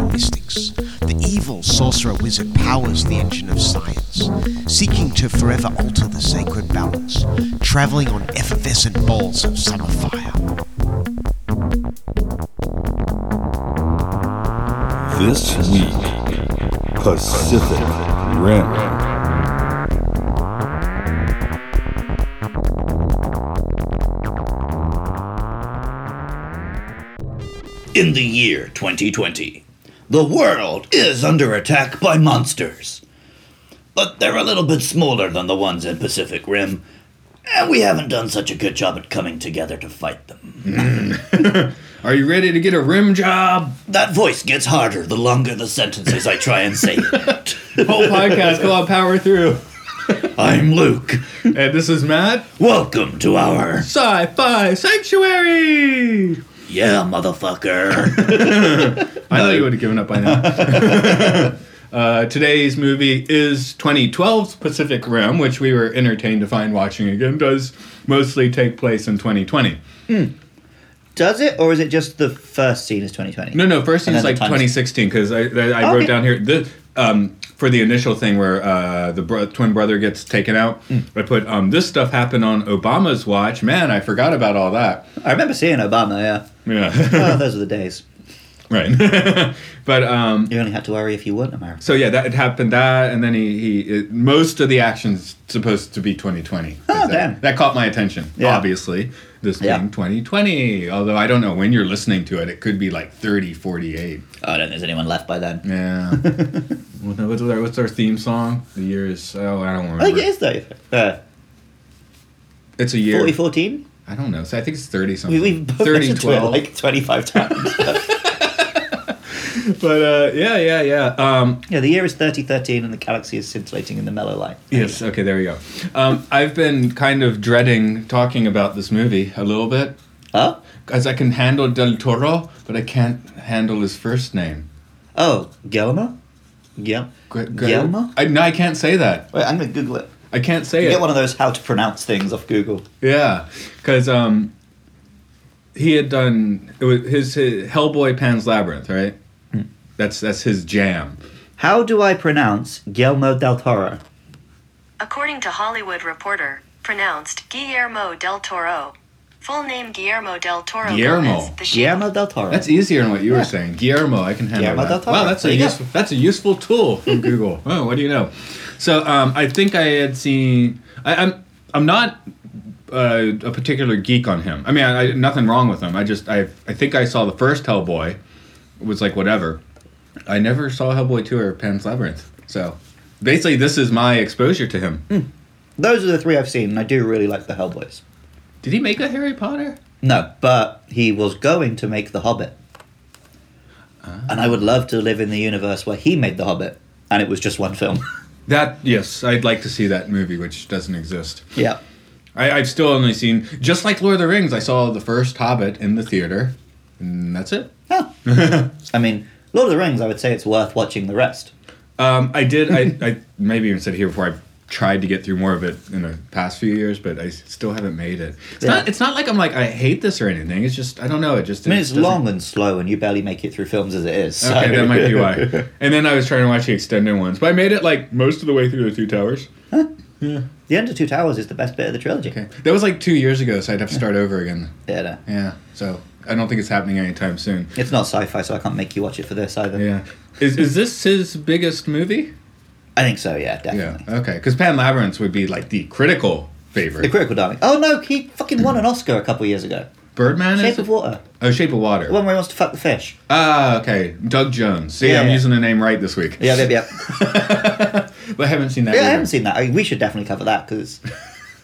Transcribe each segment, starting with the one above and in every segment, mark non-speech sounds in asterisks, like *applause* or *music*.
of mystics, the evil sorcerer wizard powers the engine of science, seeking to forever alter the sacred balance, traveling on effervescent balls of summer fire. This week, Pacific Rim. In the year 2020, the world is under attack by monsters. But they're a little bit smaller than the ones in Pacific Rim, and we haven't done such a good job at coming together to fight them. Are you ready to get a rim job? That voice gets harder the longer the sentences I try and say it. Whole podcast called Power Through. I'm Luke. And this is Matt. Welcome to our Sci-Fi Sanctuary. Yeah, *laughs* motherfucker. I thought you would have given up by now. *laughs* uh, today's movie is 2012's Pacific Rim, which we were entertained to find watching again, does mostly take place in 2020. Does it, or is it just the first scene is 2020? No, no. First And scene's then like the times- 2016 because I, I, I wrote Okay. down here the um for the initial thing where uh the bro- twin brother gets taken out. Hmm. I put um this stuff happened on Obama's watch. Man, I forgot about all that. I remember seeing Obama, yeah. Yeah, *laughs* Oh, those are the days. right. *laughs* but um You only had to worry if you weren't American. so yeah, that it happened that, and then he he it, most of the action's supposed to be 2020. Oh, that, damn. That caught my attention. Yeah. Obviously, this Yeah. being 2020. Although I don't know when you're listening to it, it could be like 30, 48. I don't think there's anyone left by then. *laughs* Yeah. What- what's, our, what's our theme song? The year is oh I don't remember. I think it is, though. Uh, It's a year. 4014? I don't know. So I think it's thirty something. We, we've both 30, listened to it 12. like 25 times. *laughs* But uh, yeah, yeah, yeah. Um, yeah, the year is 3013 and the galaxy is scintillating in the mellow light. yes. Okay. There we go. Um, I've been kind of dreading talking about this movie a little bit Huh? because I can handle Del Toro, but I can't handle his first name. Oh, Guillermo? Yeah. Gu- Gu- Guillermo? I, no, I can't say that. Wait, I'm going to Google it. I can't say You it. get one of those how to pronounce things off Google. Yeah, because um, he had done it was his, his Hellboy, Pan's Labyrinth, right? Hmm. That's that's his jam. How do I pronounce Guillermo del Toro? According to Hollywood Reporter, pronounced Guillermo del Toro. Full name Guillermo del Toro. Guillermo. Gomez, the Shape Guillermo del Toro. That's easier than what you were saying, Guillermo. I can handle Guillermo del that. Toro. Wow, that's There a you go. useful that's a useful *laughs* tool from Google. oh, what do you know? So um, I think I had seen. I, I'm I'm not uh, a particular geek on him. I mean, I, I, nothing wrong with him. I just I I think I saw the first Hellboy. It was like whatever. I never saw Hellboy two or Pan's Labyrinth. So basically, this is my exposure to him. Hmm. Those are the three I've seen, and I do really like the Hellboys. Did he make a Harry Potter? No, but he was going to make The Hobbit. Ah. And I would love to live in the universe where he made The Hobbit, and it was just one *laughs* film. That yes, I'd like to see that movie, which doesn't exist. yeah. I, I've still only seen, just like Lord of the Rings, I saw the first Hobbit in the theater, and that's it. I mean, Lord of the Rings, I would say it's worth watching the rest. Um, I did, I, I maybe even said here before, I tried to get through more of it in the past few years, but I s- still haven't made it. It's Yeah. not, it's not like I'm like I hate this or anything. It's just I don't know. It just I mean, it's doesn't- long and slow, and you barely make it through films as it is. so- Okay, that might be why. And then I was trying to watch the extended ones, but I made it like most of the way through the Two Towers. *laughs* The End of Two Towers is the best bit of the trilogy. Okay, that was like two years ago, so I'd have to start over again. Yeah, no. Yeah, so I don't think it's happening anytime soon. It's not sci fi, so I can't make you watch it for this either. Yeah, is is this his biggest movie? I think so, yeah, Yeah. Uh, definitely. Okay. Because Pan Labyrinth would be like the critical The favorite. Critical Darling. Oh no, he fucking won an Oscar a couple years ago. Birdman Shape is. of Water. Oh, Shape The of Water. one where he wants to fuck the *laughs* fish. Ah, okay. Doug Jones. See, Yeah, I'm yeah. using the name right this week. Yeah, yeah, yeah. But I haven't seen that. Yeah, I either. haven't seen that. I we should definitely cover that because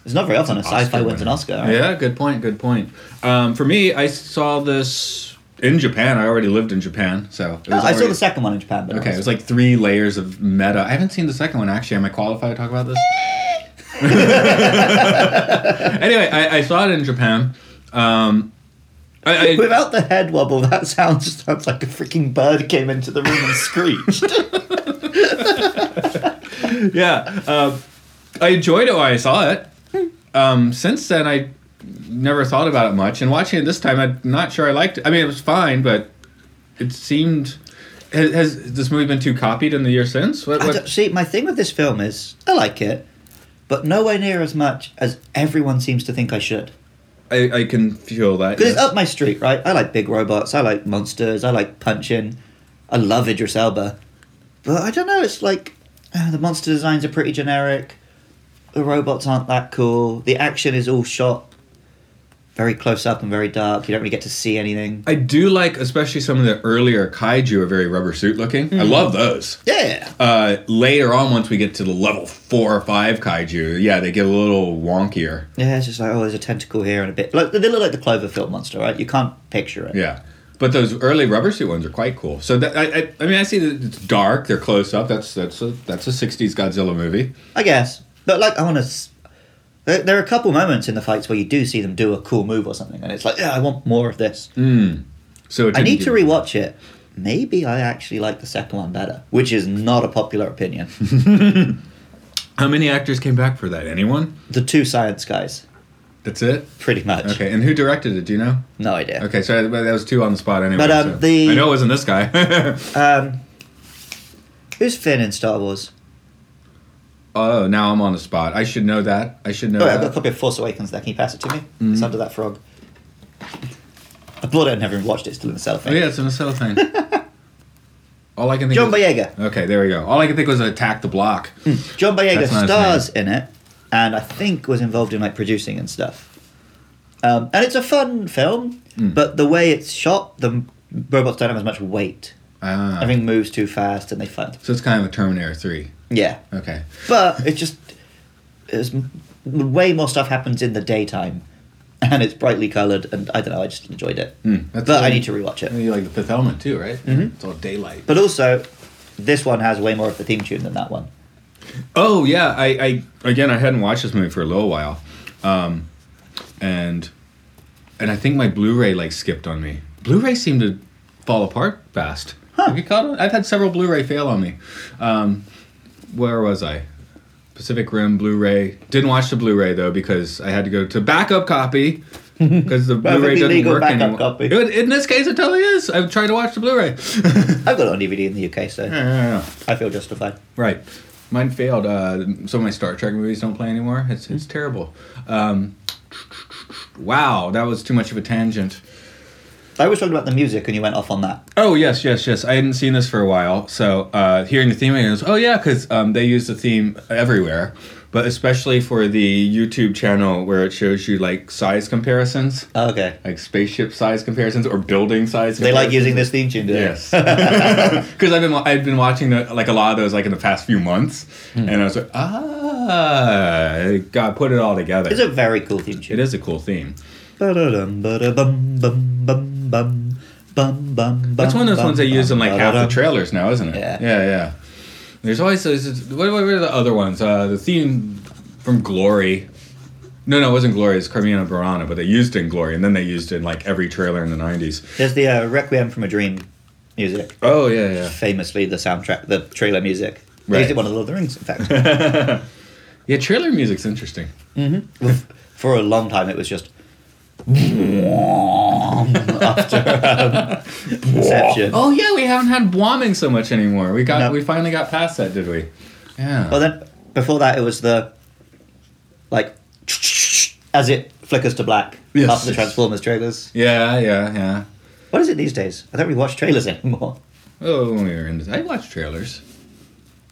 it's not very often a *laughs* Oscar sci-fi wins an winner. Oscar. Yeah. Good point. Good point. Um, for me, I saw this in Japan. I already lived in Japan, so it was Oh, I saw already- the second one in Japan, but Okay, it was like three layers of meta. I haven't seen the second one actually. Am I qualified to talk *laughs* about this? *laughs* anyway, I, I saw it in Japan. Um, I, I, *laughs* without the head wobble, that sounds sounds like a freaking bird came into the room *laughs* and screeched. yeah, uh, I enjoyed it when I saw it. Um, since then, I never thought about it much. And watching it this time, I'm not sure I liked it. I mean, it was fine, but it seemed. Has, has this movie been too copied in the year since? What, I what- don't, see, my thing with this film is I like it, but nowhere near as much as everyone seems to think I should. I, I can feel that. Because yes. it's up my street, right? I like big robots. I like monsters. I like punching. I love Idris Elba. But I don't know. It's like uh, the monster designs are pretty generic. The robots aren't that cool. The action is all shot very close up and very dark. You don't really get to see anything. I do like, especially some of the earlier kaiju are very rubber suit looking. Mm-hmm. I love those. Yeah. Uh, later on, once we get to the level four or five kaiju, yeah, they get a little wonkier. Yeah, it's just like, oh, there's a tentacle here and a bit. Like, they look like the Cloverfield monster, right? You can't picture it. Yeah, but those early rubber suit ones are quite cool. So that, I, I, I mean, I see that it's dark. They're close up. That's that's a that's a '60s Godzilla movie. I guess. But, like, I want to. There, there are a couple moments in the fights where you do see them do a cool move or something, and it's like, yeah, I want more of this. Mm-hmm. So it I didn't need do- to rewatch it. Maybe I actually like the second one better, which is not a popular *laughs* opinion. How many actors came back for that? Anyone? the two science guys, That's it. pretty much. Okay, and who directed it? Do you know? No idea. Okay, so that was two on the spot anyway. But, um, so- the- I know it wasn't this guy. *laughs* Um, who's Finn in Star Wars? oh, now I'm on the spot. I should know that. I should know. Oh, that. I've got a copy of Force Awakens there. Can you pass it to me? It's mm-hmm. under that frog. *laughs* I bought it and never even watched it. It's still in the Oh, cellophane. yeah, it's in a cellophane. *laughs* All I can think John was- Boyega. Hmm. Okay, there we go. All I can think was attack the block. John Boyega That's not his stars in it, and I think was involved in like producing and stuff. Um, and it's a fun film, Hmm. but the way it's shot, the m- robots don't have as much weight. Ah, Everything moves too fast, and they fight. so it's kind of a Terminator 3. Yeah, Okay. but it's just it's, m- way more stuff happens in the daytime, and it's brightly coloured, and I don't know. I just enjoyed it, Hmm. that's but I all- need to rewatch And it. you like the fifth element too, right? Mm-hmm. It's all daylight. But also, this one has way more of the theme tune than that one. Oh, yeah. I, I Again, I hadn't watched this movie for a little while. Um, and and I think my Blu ray like skipped on me. Blu ray seemed to fall apart fast. Have you caught on? I've had several Blu ray fail on me. Um, where was I? Pacific Rim Blu-ray. Didn't watch the Blu-ray though because I had to go to backup copy *laughs* because the Blu-ray Perfectly doesn't legal work backup anymore. copy. It- in this case, it totally is. I've tried to watch *laughs* the Blu-ray. I've got it on DVD in the UK, so I feel justified. Right. Mine failed. Uh, some of my Star Trek movies don't play anymore. It's Hmm. it's terrible. Um, wow, that was too much of a tangent. I was talking about the music, and you went off on that. Oh yes, yes, yes. I hadn't seen this for a while, so uh, hearing the theme, I was oh yeah, because um, they use the theme everywhere, but especially for the YouTube channel where it shows you like size comparisons, Oh, Okay. like spaceship size comparisons or building size. They like comparisons. using this theme tune, do they? *laughs* Yes, because I've been wa- I've been watching the, like a lot of those like in the past few months, and I was like, ah, God, put it all together. It's a very cool theme it tune. is a cool theme. Ba-da-dum, ba-da-bum, bum, bum, bum, bum, bum, That's one of those bum, ones they use in bum, like half the ba-da-dum. trailers now, isn't it? Yeah. yeah, yeah. There's always those. What, what were the other ones? Uh, the theme from Glory. No, no, it wasn't Glory. It's Carmina Burana, but they used it in Glory, and then they used it in like every trailer in the '90s. There's the uh, Requiem from a Dream music. Oh yeah, yeah. Famously, the soundtrack, the trailer music. They Right. used it in one of the Lord of the Rings, in fact. *laughs* Yeah, trailer music's interesting. For a long time, it was just. *laughs* *laughs* after um, Inception. Oh yeah, we haven't had bombing so much anymore. We got No. we finally got past that, did we? Yeah. Well, then before that, it was the like as it flickers to black Yes. after the Transformers trailers. yeah, yeah, yeah. What is it these days? I don't really watch trailers anymore. Oh, when we were in. I watched trailers.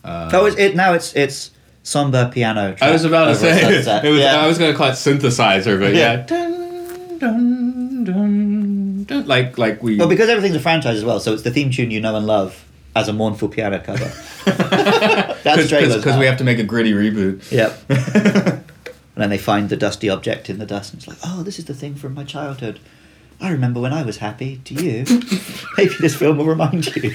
oh, it's, it now it's it's somber piano. Uh, I was about to over a say sunset. *laughs* it was. Yeah. I was going to call it synthesizer, but yeah. Yeah. Dun, dun, dun, dun. Like like we. Well, because everything's a franchise as well, so it's the theme tune you know and love as a mournful piano cover. *laughs* That's trailers. because we have to make a gritty reboot. Yep. *laughs* and then they find the dusty object in the dust, and it's like, oh, this is the thing from my childhood. I remember when I was happy. Do *laughs* you? Maybe this film will remind you.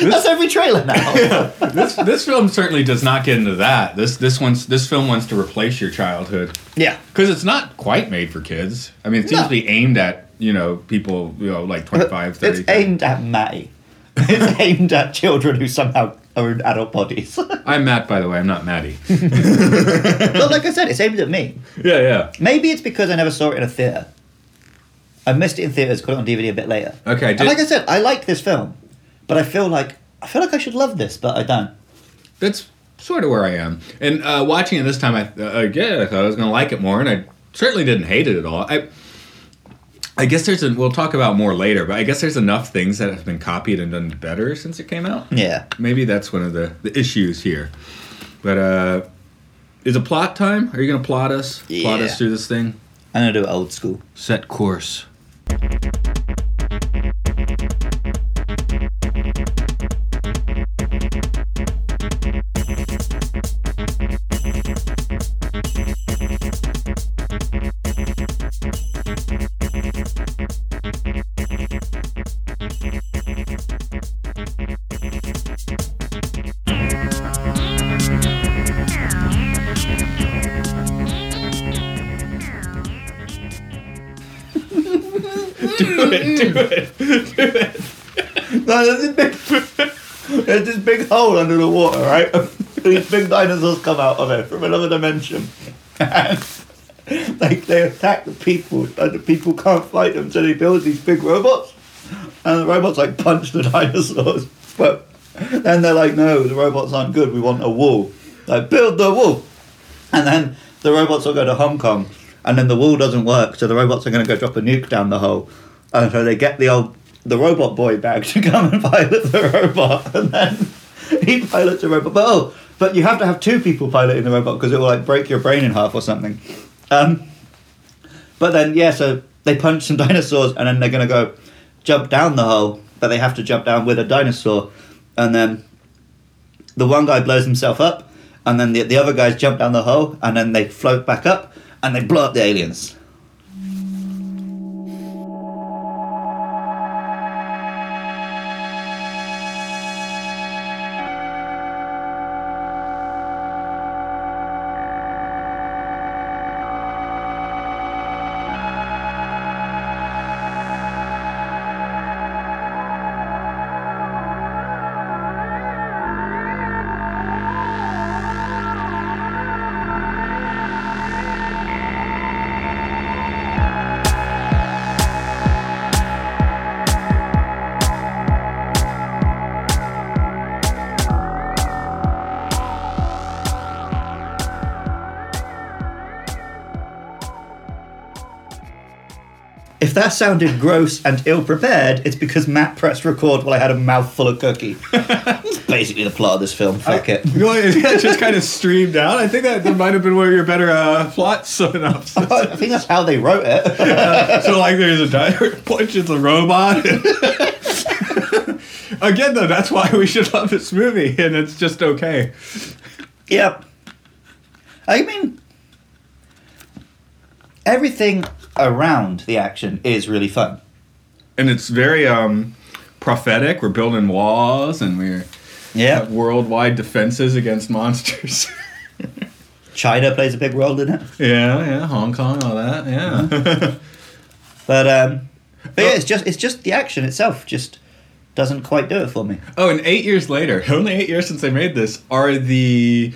That's every trailer *laughs* now. this this film certainly does not get into that. This this one's this film wants to replace your childhood yeah. because it's not quite made for kids. I mean, it seems No. to be aimed at you know people you know like 25, 30. It's aimed at Matty. *laughs* It's aimed at children who somehow own adult bodies. *laughs* but I'm Matt, by the way. I'm not *laughs* Maddie. like I said, it's aimed at me. yeah, yeah. Maybe it's because I never saw it in a theater. I missed it in theaters, got it on DVD a bit later. Okay, And did- like I said, I like this film, but I feel like I feel like I should love this, but I don't. That's sort of where I am. And uh, watching it this time, I uh, yeah, I thought I was going to like it more, and I certainly didn't hate it at all. I I guess there's a, we'll talk about more later, but I guess there's enough things that have been copied and done better since it came out. Yeah. Maybe that's one of the, the issues here. But uh is it plot time? Are you gonna plot us? Plot Yeah. us through this thing? I'm gonna do it old school. Set course. No, there's this big, *laughs* there's this big hole under the water, right? *laughs* And These big dinosaurs come out of it from another dimension. *laughs* And like they attack the people, and the people can't fight them, so they build these big robots. And the robots like punch the *laughs* dinosaurs, but then they're like, no, the robots aren't good. We want a wall. Like build the wall, and then the robots will go to Hong Kong, and then the wall doesn't work, so the robots are going to go drop a nuke down the hole, and so they get the old the robot boy back *laughs* to come and pilot the robot, and then *laughs* he pilots a robot. But oh, but you have to have two people piloting the robot because it will like break your brain in half or something. Um, but then yeah, so they punch some *laughs* dinosaurs, and then they're going to go jump down the hole, but they have to jump down with a dinosaur, and then the one guy blows himself up, and then the, the other guys jump down the hole, and then they float back up, and they blow up the aliens. If that sounded gross and ill prepared, it's because Matt pressed record while I had a mouthful of cookie. It's basically the plot of this film. Fuck it. *laughs* *laughs* that just kind of streamed out. I think that, that might have been one of your better uh, plot *laughs* synopsis. I think that's how they wrote it. *laughs* so like there's a diner punches a robot. *laughs* Again though, that's why we should love this movie and it's just okay. yep. I mean, everything around the action is really fun. And it's very um prophetic. We're building walls and we're Yeah. worldwide defenses against monsters. China plays a big role in it. *laughs* Yeah, yeah, Hong Kong, all that, yeah. But um, but yeah, it's just it's just the action itself just doesn't quite do it for me. *laughs* oh, and eight years later, only eight years since I made this, are the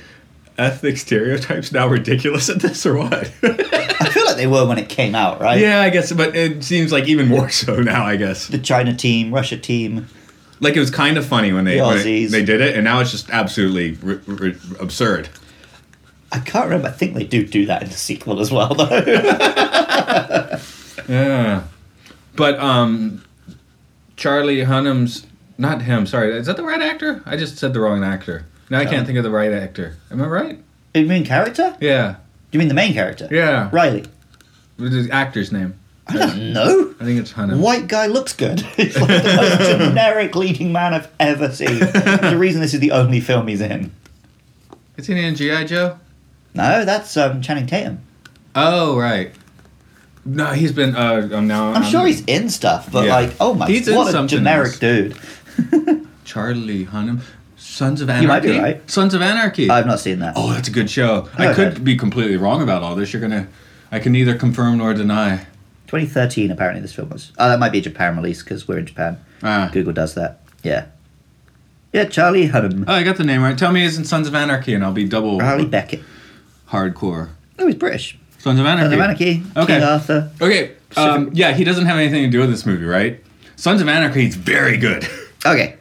ethnic stereotypes now ridiculous at this or what? *laughs* I feel like they were when it came out, right? yeah, I guess, but it seems like even more so now, I guess. The China team, Russia team. Like it was kind of funny when they The when Aussies. they did it, and now it's just absolutely r- r- absurd. I can't remember. I think they do do that in the sequel as well, though. *laughs* Yeah. But um Charlie Hunnam's not him, sorry. Is that the right actor? I just said the wrong actor. Now I can't think of the right actor. Am I right? you mean character? Yeah. You mean the main character? Yeah. Uh, Riley. What is the actor's name? I don't know. I think it's Hunnam. White guy looks good. *laughs* He's like the *laughs* most generic leading man I've ever seen. There's a reason this is the only film he's in. Is he in G.I. Joe? No, that's um, Channing Tatum. Oh, right. No, he's been. Uh, um, now I'm sure he's in stuff, but Yeah. like, oh my, He's in what a something generic else. dude. Charlie Hunnam, Sons of Anarchy. You might be right. Uh, Sons of Anarchy. I've not seen that. oh, that's a good show. I Okay. could be completely wrong about all this. You're gonna. I can neither confirm nor deny. 2013, apparently this film was. Oh, that might be a Japan release because we're in Japan. Ah. Google does that. Yeah. Yeah, Charlie Hunnam, Oh, I got the name right. Tell me, isn't Sons of Anarchy, and I'll be double Harley Beckett. hardcore. No, he's British. Sons of Anarchy. Sons of Anarchy, Okay. King Arthur. Okay. Um, yeah, he doesn't have anything to do with this movie, right? Sons of Anarchy is very good. *laughs* Okay.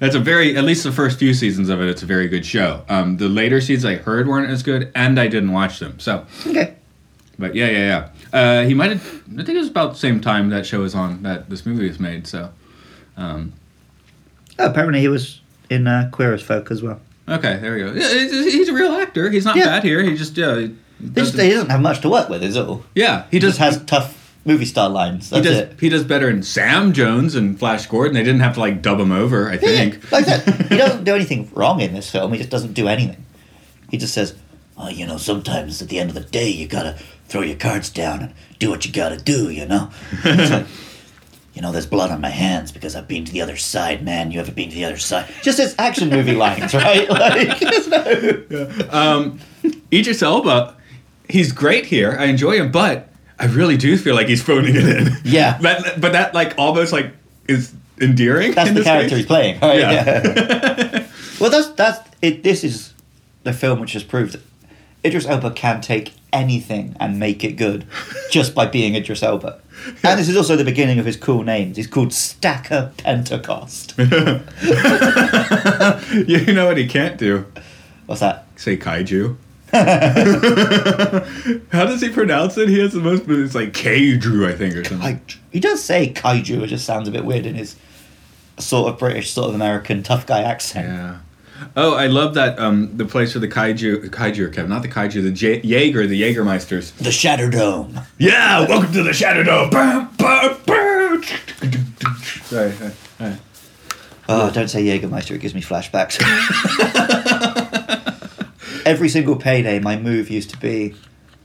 That's a very, at least the first few seasons of it, it's a very good show. Um, the later seasons I heard weren't as good, and I didn't watch them. So, okay. but yeah, yeah, yeah. Uh, he might have, I think it was about the same time that show was on that this movie was made. So, Oh, apparently he was in uh, Queer as Folk as well. okay, there we go. Yeah, he's, he's a real actor. He's not Yeah. bad here. He just, yeah. he He, just, doesn't- he doesn't have much to work with, is all. yeah, he He just does. has tough movie star lines. He That's does, it. he does better in Sam Jones and Flash Gordon. They didn't have to like dub him over, I think. Like that. He doesn't do anything wrong in this film. He just doesn't do anything. He just says, oh, you know, sometimes at the end of the day, you gotta throw your cards down and do what you gotta do, you know? It's like, you know, there's blood on my hands because I've been to the other side, man. You ever been to the other side? Just his action movie lines, right? *laughs* Like, just no. Idris Elba, he's great here. I enjoy him, but I really do feel like he's phoning it in. Yeah. *laughs* That, but that like almost like is endearing. That's in the this character case. he's playing, right? Yeah. *laughs* Yeah. *laughs* well, that's that's it. This is the film which has proved that Idris Elba can take anything and make it good just by being Idris Elba. And this is also the beginning of his cool names. He's called Stacker Pentecost. *laughs* You know what he can't do? What's that? *laughs* Say kaiju. *laughs* How does he pronounce it? He has the most. It's like kaiju, I think, or something. Like he does say kaiju. It just sounds a bit weird in his sort of British, sort of American tough guy accent. Yeah. Oh, I love that. Um, the place for the kaiju, kaiju, Kevin, not the kaiju, the J- Jaeger, the Jaegermeisters. The Shadow Dome. Yeah, welcome to the Shadow Dome. Bam, bam, bam. Sorry, sorry. Oh, don't say Jägermeister, it gives me flashbacks. *laughs* Every single payday, my move used to be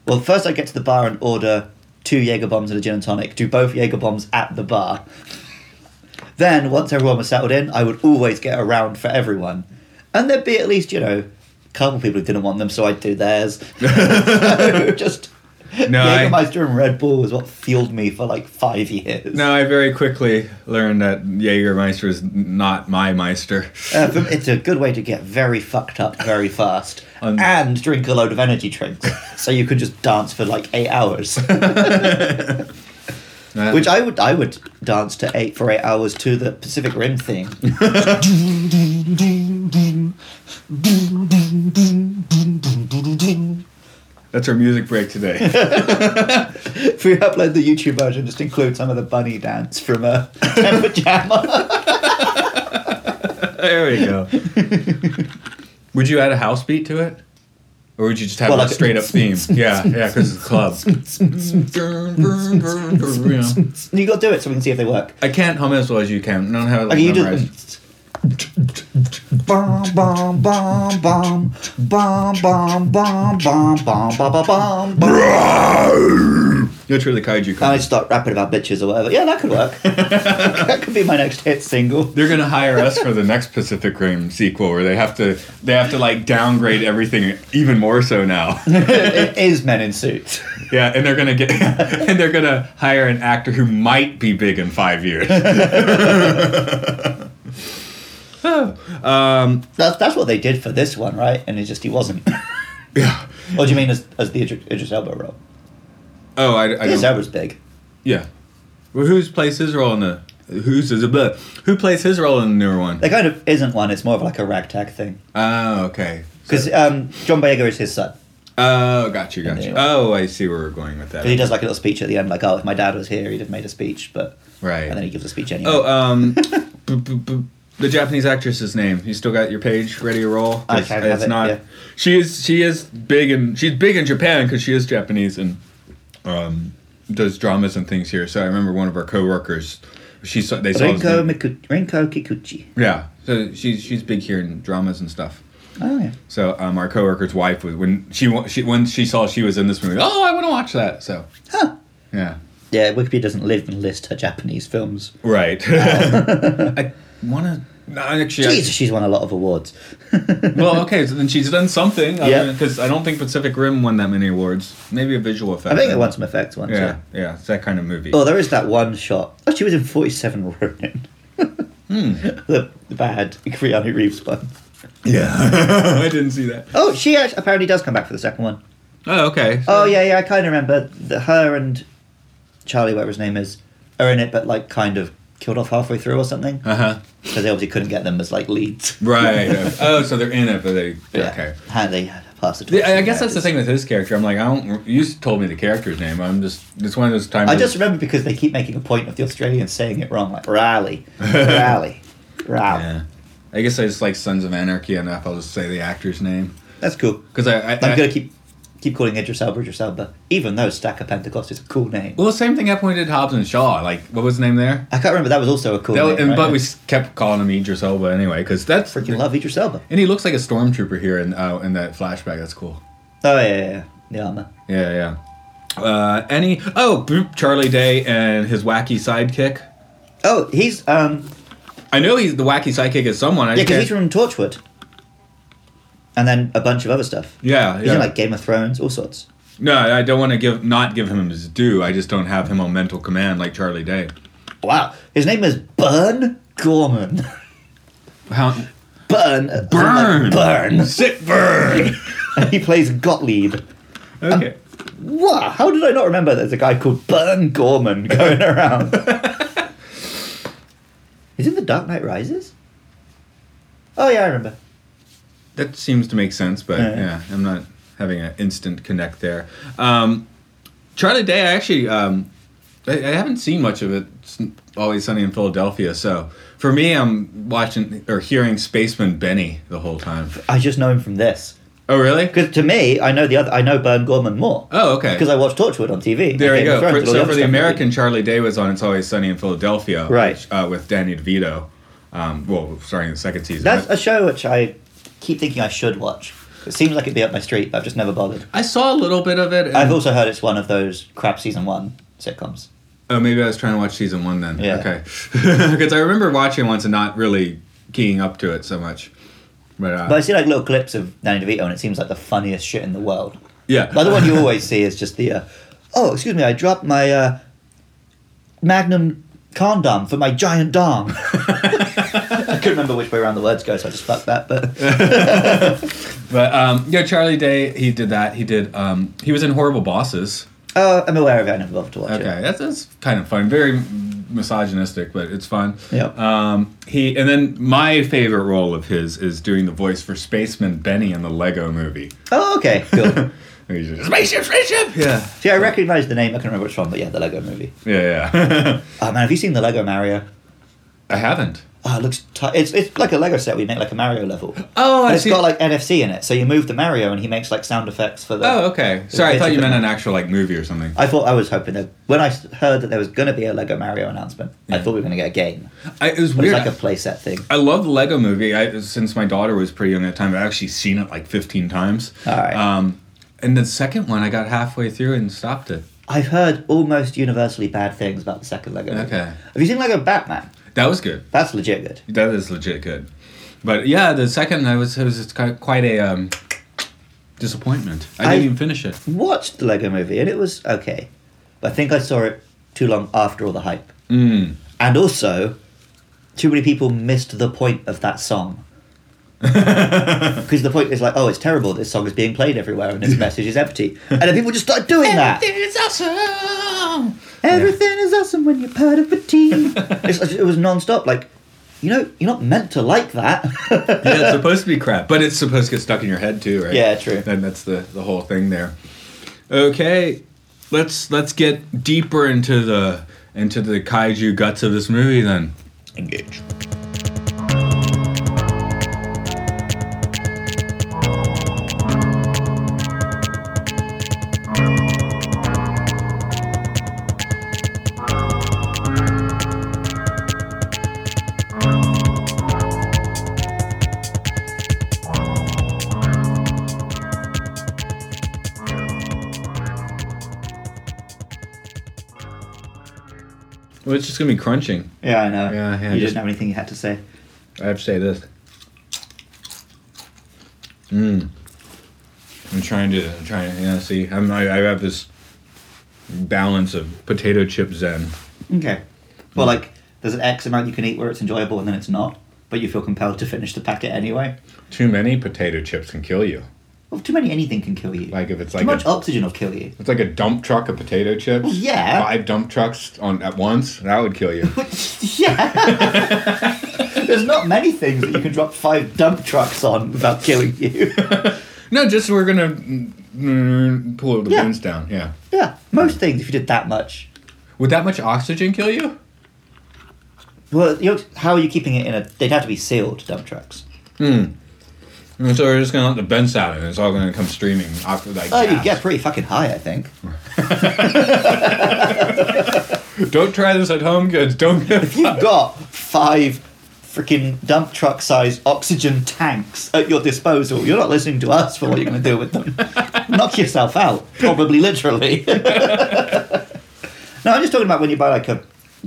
well, first I'd get to the bar and order two Jaeger bombs and a gin and tonic, do both Jaeger bombs at the bar. Then, once everyone was settled in, I would always get a round for everyone. And there'd be at least, you know, a couple people who didn't want them, so I'd do *laughs* theirs. *laughs* So, just No, I- Jägermeister and Red Bull was what fueled me for like five years. No, I very quickly learned that Jägermeister is n- not my Meister. Uh, for- it's a good way to get very fucked up very fast Um, and drink a load of energy drinks so you can just dance for like eight hours which i would i would dance to eight for eight hours to the pacific rim theme That's our music *laughs* break today. if we upload the youtube version just include some of the bunny dance from uh, Temper Jammer. there we go. would you add a house beat to it? Or would you just have Well, a like- straight up theme? yeah, yeah, because it's *laughs* a club. *laughs* Yeah. *laughs* you gotta do it so we can see if they work I can't hum as well as you can. I don't have it like, okay you memorized. just Bum, bum, bum, bum, bum, bum, bum, bum, bum, bum, bum, bum. You're truly kaiju. And I Company. start rapping about bitches or whatever. Yeah, that could *laughs* work. that could be my next hit single. They're gonna hire us for the next Pacific Rim sequel, where they have to they have to like downgrade everything even more so *laughs* now. it is Men in Suits. Yeah, and they're gonna get *laughs* and they're gonna hire an actor who might be big in five *laughs* years. That's, that's what they did for this one, right? And it just, he wasn't. *laughs* yeah. What do you mean as, as the Idris, Idris Elba role? Oh, I, I Idris don't. Elba's big. Yeah. Well, who's plays his role in the who's is it? Who plays his role in the newer one? There kind of isn't one, it's more of like a ragtag thing. Oh, okay. Because um, John Boyega is his son. Oh, got you, got you. Yeah. Oh, I see where we're going with that. But he does like a little speech at the end, like, oh, if my dad was here, he'd have made a speech, but. Right. And then he gives a speech anyway. Oh, *laughs* um, b- b- b- the Japanese actress's name. You still got your page ready to roll? 'Cause I have it, yeah. She is. She is big in. She's big in Japan because she is Japanese and um, does dramas and things here. So I remember one of our coworkers. She saw. They saw. this Rinko, name- Miku- Rinko Kikuchi. yeah. So she's she's big here in dramas and stuff. Oh, yeah. So um, our coworker's wife was when she wa- she when she saw she was in this movie. Oh, I want to watch that. So Huh. Yeah. Yeah, Wikipedia doesn't live and list her Japanese films. Right. *laughs* I want to. No, actually, I- Oh. Jesus, she's won a lot of awards. well, okay. So then she's done something. Yeah. Because I don't think Pacific Rim won that many awards. Maybe a visual effect. I think it won some effects once. Yeah, Yeah. yeah, It's that kind of movie. Oh, there is that one shot. Oh, she was in *laughs* 47 Ronin. Hmm. *laughs* the, the bad Keanu Reeves one. yeah. *laughs* I didn't see that. Oh, she act- apparently does come back for the second one. Oh, okay. Oh, yeah, yeah, I kind of remember that her and Charlie, whatever his name is, are in it, but like kind of killed off halfway through or something. Uh huh. Because they obviously couldn't get them as like leads. *laughs* Right. oh, so they're in it, but they *laughs* Yeah. okay. How they pass the The- torch I I to guess that's the characters. thing with his character. I'm like, I don't. You s- told me the character's name. I'm just. It's one of those times. I where- just remember because they keep making a point of the Australians saying it wrong, like *laughs* rally, rally, rally. Yeah. I guess I just like Sons of Anarchy enough. I'll just say the actor's name That's cool. because I. I, I'm I- gonna keep keep calling Idris Elba Idris Elba, even though Stack of Pentecost is a cool name. well, same thing happened when we did Hobbs and Shaw. Like, what was the name there? I can't remember. That was also a cool That, name. and, right? But we s- kept calling him Idris Elba anyway because that's freaking love Idris Elba. And he looks like a stormtrooper here in uh, in that flashback. That's cool. Oh yeah, yeah, yeah. the armor. Yeah, yeah. Uh, any? Oh, boop, Charlie Day and his wacky sidekick. Oh, he's um I know he's the wacky sidekick is someone. I yeah, just because he's can't- from Torchwood, and then a bunch of other stuff. yeah, He's yeah. in like Game of Thrones, all sorts. no, I don't want to give not give him his due. I just don't have him on mental command like Charlie Day. Wow, his name is Burn Gorman. *laughs* How? Burn, as in, like, Burn. Burn. *laughs* Sit burn. *laughs* he plays Gottlieb. okay. What? How did I not remember there's a guy called Burn Gorman *laughs* going around? Is it The Dark Knight Rises? Oh, yeah, I remember. That seems to make sense, but Yeah. yeah, I'm not having an instant connect there. Um, Charlie Day, I actually, um, I, I haven't seen much of it. It's always sunny in Philadelphia, so for me, I'm watching or hearing Spaceman Benny the whole time. I just know him from this. Oh, really? Because to me, I know the other. I know Burn Gorman more. Oh, okay. Because I watched Torchwood on TV. There you Game go. of Thrones, For, and all other so for the stuff. American, Charlie Day was on "It's Always Sunny in Philadelphia," Right. which, uh, with Danny DeVito. Um, well, starting the second season. That's a show which I keep thinking I should watch. It seems like it'd be up my street, but I've just never bothered. I saw a little bit of it. and- I've also heard it's one of those crap season one sitcoms. Oh, maybe I was trying to watch season one then. Yeah. Okay. *laughs* Because I remember watching once and not really keying up to it so much. But, uh, But I see like little clips of Danny DeVito, and it seems like the funniest shit in the world. yeah. The other one you always see is just the, uh, oh, excuse me, I dropped my uh, magnum condom for my giant dong. *laughs* I couldn't remember which way around the words go, so I just fucked that. But But um, yeah, Charlie Day, he did that. He did. Um, he was in Horrible Bosses. uh, I'm aware of it. I never bothered to watch Okay, it. that's, that's kind of fun. Very misogynistic, but it's fun. Yeah. Um, he and then my favorite role of his is doing the voice for Spaceman Benny in the Lego Movie. Oh, okay, *laughs* cool. He's just, spaceship, spaceship. Yeah. See, I recognise the name. I can't remember which one, but yeah, the Lego movie. Yeah, yeah. *laughs* Oh man, have you seen the Lego Mario? I haven't. Oh, it looks. T- it's it's like a Lego set. We make like a Mario level. Oh, But it's got like NFC in it, so you move the Mario and he makes like sound effects for the. Oh, okay. Sorry, I It's thought a you bit- meant an actual like movie or something. I thought I was hoping that when I s- heard that there was going to be a Lego Mario announcement, I thought we were going to get a game, I, it was but weird. it's like a playset thing. I love the Lego Movie. I, since my daughter was pretty young at the time, I've actually seen it like fifteen times. All right. Um, and the second one, I got halfway through and stopped it. I've heard almost universally bad things about the second Lego. movie. Okay. Have you seen Lego Batman? That was good. That's legit good. That is legit good. But yeah, the second I was it was just ki- quite a um, disappointment. I didn't I- even finish it. Watched the Lego movie and it was okay, but I think I saw it too long after all the hype, Mm. and also too many people missed the point of that song. Because the point is like, oh, it's terrible. This song is being played everywhere, and this message is empty. And then people just start doing that. is awesome. Everything is awesome when you're part of a team. *laughs* it's, it was non-stop. Like, you know, you're not meant to like that. yeah, it's supposed to be crap, but it's supposed to get stuck in your head too, *laughs* right? Yeah, true. And that's the the whole thing there. Okay, let's let's get deeper into the into the kaiju guts of this movie then. Engage. Well, it's just gonna be crunching. Yeah, I know. Yeah, yeah, You just- didn't have anything you had to say. I have to say this. Mmm. I'm trying to. I'm trying to. Yeah. See, I'm. I, I have this balance of potato chip zen. Okay. Well, Hmm. like, there's an X amount you can eat where it's enjoyable and then it's not, but you feel compelled to finish the packet anyway. Too many potato chips can kill you. Well, too many anything can kill you. Like if it's too like much a, oxygen will kill *laughs* you. it's like a dump truck of potato chips. yeah. Five dump trucks on at once. That would kill *laughs* you. Yeah. *laughs* There's not many things that you can drop five dump trucks on without killing you. *laughs* no, just we're gonna mm, mm, pull the Yeah. bins down. Yeah. yeah, most things if you did that much. Would that much oxygen *laughs* kill you? Well, you how are you keeping it in a? They'd have to be sealed dump trucks. And so we're just gonna let the vents out, and it's all gonna come streaming. Off, like Oh, gas. you get pretty fucking high, I think. Don't try this at home, kids. Don't. If you've got five freaking dump truck sized oxygen tanks at your disposal, you're not listening to us for what you're going to do with them. *laughs* Knock yourself out, probably literally. *laughs* no, I'm just talking about when you buy like a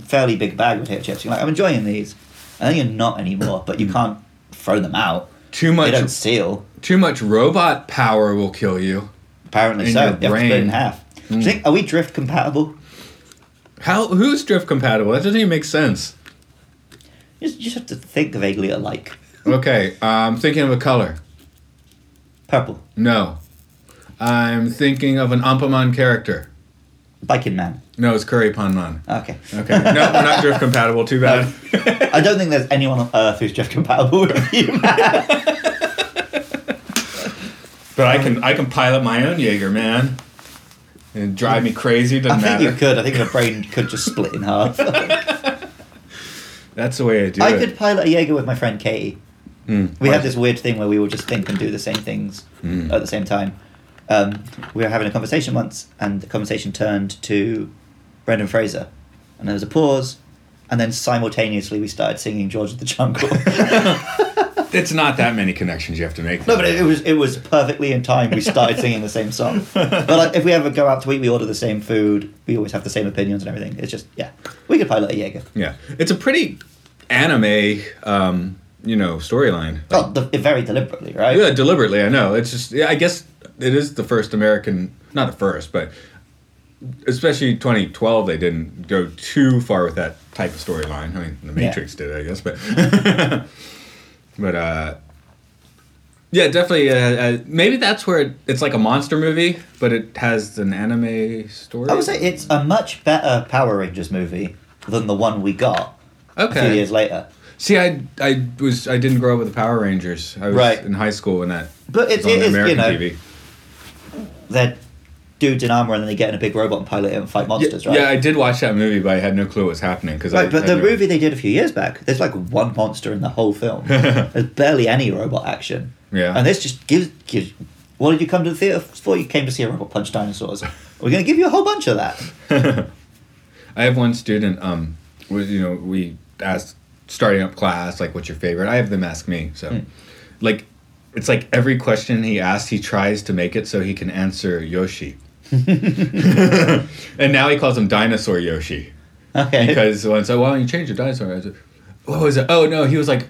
fairly big bag of potato chips. You're like, I'm enjoying these, and then you're not anymore. But you can't throw them out. Hmm. Too They don't much. seal. Too much robot power will kill you. Apparently In so. your You have to split it in brain. Hmm. half. Do you think, are we drift compatible? How? Who's drift compatible? That doesn't even make sense. You just, you just have to think vaguely alike. Okay, I'm thinking of a color. Purple, No, I'm thinking of an Ampamon character. biking man. No, it's Curry Panman. Okay. *laughs* Okay, no, we're not drift compatible. Too bad. I don't think there's anyone on earth who's drift compatible with you, *laughs* man. But I can I can pilot my own Jaeger, man. And drive me crazy I doesn't think matter. you could. I think your brain could just split in *laughs* half. I That's the way I do it. Mm. could pilot a Jaeger with my friend Katie. we had this weird thing where we would just think and do the same things at the same time. Um, we were having a conversation once, and the conversation turned to Brendan Fraser, and there was a pause, and then simultaneously we started singing George of the *laughs* Jungle. It's not that many connections you have to make. No, but it, it was it was perfectly in time. We started singing the same song. But like, if we ever go out to eat, we order the same food. We always have the same opinions and everything. It's just yeah, we could pilot a Jaeger. Yeah, it's a pretty anime, um, you know, storyline. Oh, the, very deliberately, right? Yeah, deliberately. I know. It's just. Yeah, I guess it is the first American, not the first, but especially 2012, they didn't go too far with that type of storyline. I mean, The Matrix did, I guess, but *laughs* but uh, yeah, definitely. Uh, uh, maybe that's where it, it's like a monster movie, but it has an anime story. I would say it's a much better Power Rangers movie than the one we got a few okay. years later. See, I I was I didn't grow up with the Power Rangers. I was Right. in high school when that. But it's, was it is you American know TV. they're dudes in armor and then they get in a big robot and pilot it and fight monsters, right? Yeah, I did watch that movie, but I had no clue what was happening because I. Right, but I the never- movie they did a few years back, there's like one monster in the whole *laughs* film. there's barely any robot action. Yeah. And this just gives gives. What did you come to the theater for? You came to see a robot punch dinosaurs. We're going to give you a whole bunch of that. *laughs* I have one student. Um, was you know we asked starting up class like, "What's your favorite?" I have them ask me. So, Hmm. like, it's like every question he asks, he tries to make it so he can *laughs* answer Yoshi. and now he calls him Dinosaur Yoshi Okay. because once I well, you changed your dinosaur. I said, what was it? Oh no, he was like,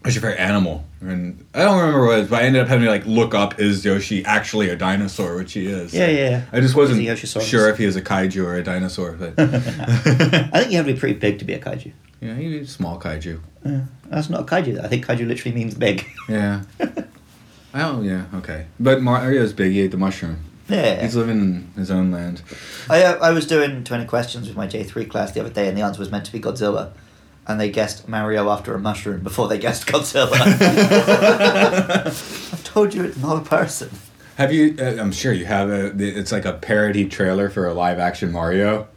"What's your favorite animal?" And I don't remember what it was, but I ended up having to like look up is Yoshi actually a dinosaur, which he is. Yeah, yeah, yeah. I just Is wasn't he Yoshisaurus? sure if he was a kaiju or a dinosaur, *laughs* but I think you have to be pretty big to be a kaiju. yeah, he was a small kaiju. That's not a kaiju. though. I think kaiju literally means big. *laughs* Yeah. I don't. Yeah. Okay. But Mario's big. He ate the mushroom. yeah. He's living in his own land. I, uh, I was doing 20 questions with my J3 class the other day, and the answer was meant to be Godzilla. And they guessed Mario after a mushroom before they guessed *laughs* Godzilla. *laughs* I've told you it's not a person. Have you? Uh, I'm sure you have. A, it's like a parody trailer for a live action Mario.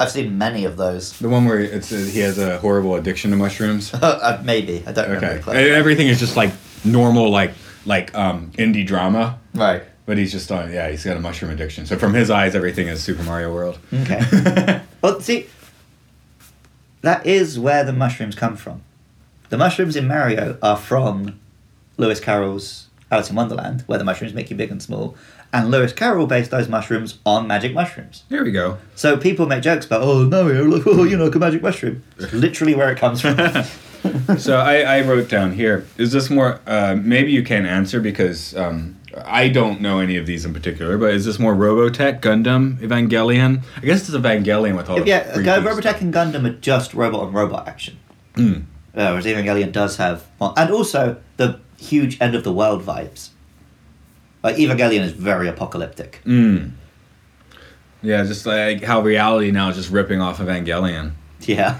I've seen many of those. *laughs* The one where it's uh, he has a horrible addiction to mushrooms. Uh, maybe. I don't remember. Okay. the clip. And everything is just like normal, like like um, indie drama. Right. But he's just on. Yeah, he's got a mushroom addiction. So from his eyes, everything is Super Mario World. Okay. well, see, that is where the mushrooms come from. The mushrooms in Mario are from Lewis Carroll's Alice in Wonderland, where the mushrooms make you big and small, and Lewis Carroll based those mushrooms on magic mushrooms. There we go. So people make jokes about, oh, Mario, look, oh, you know, like a magic mushroom. It's literally where it comes from. So I, I wrote down here. Is this more? Uh, maybe you can answer because um, I don't know any of these in particular. But is this more Robotech, Gundam, Evangelion? I guess it's Evangelion with all. the yeah, freaky Go- stuff. Robotech and Gundam are just robot on robot action. Uh, whereas Evangelion does have, well, and also the huge end of the world vibes. Like Evangelion is very apocalyptic. Yeah, just like how reality now is just ripping off Evangelion. Yeah.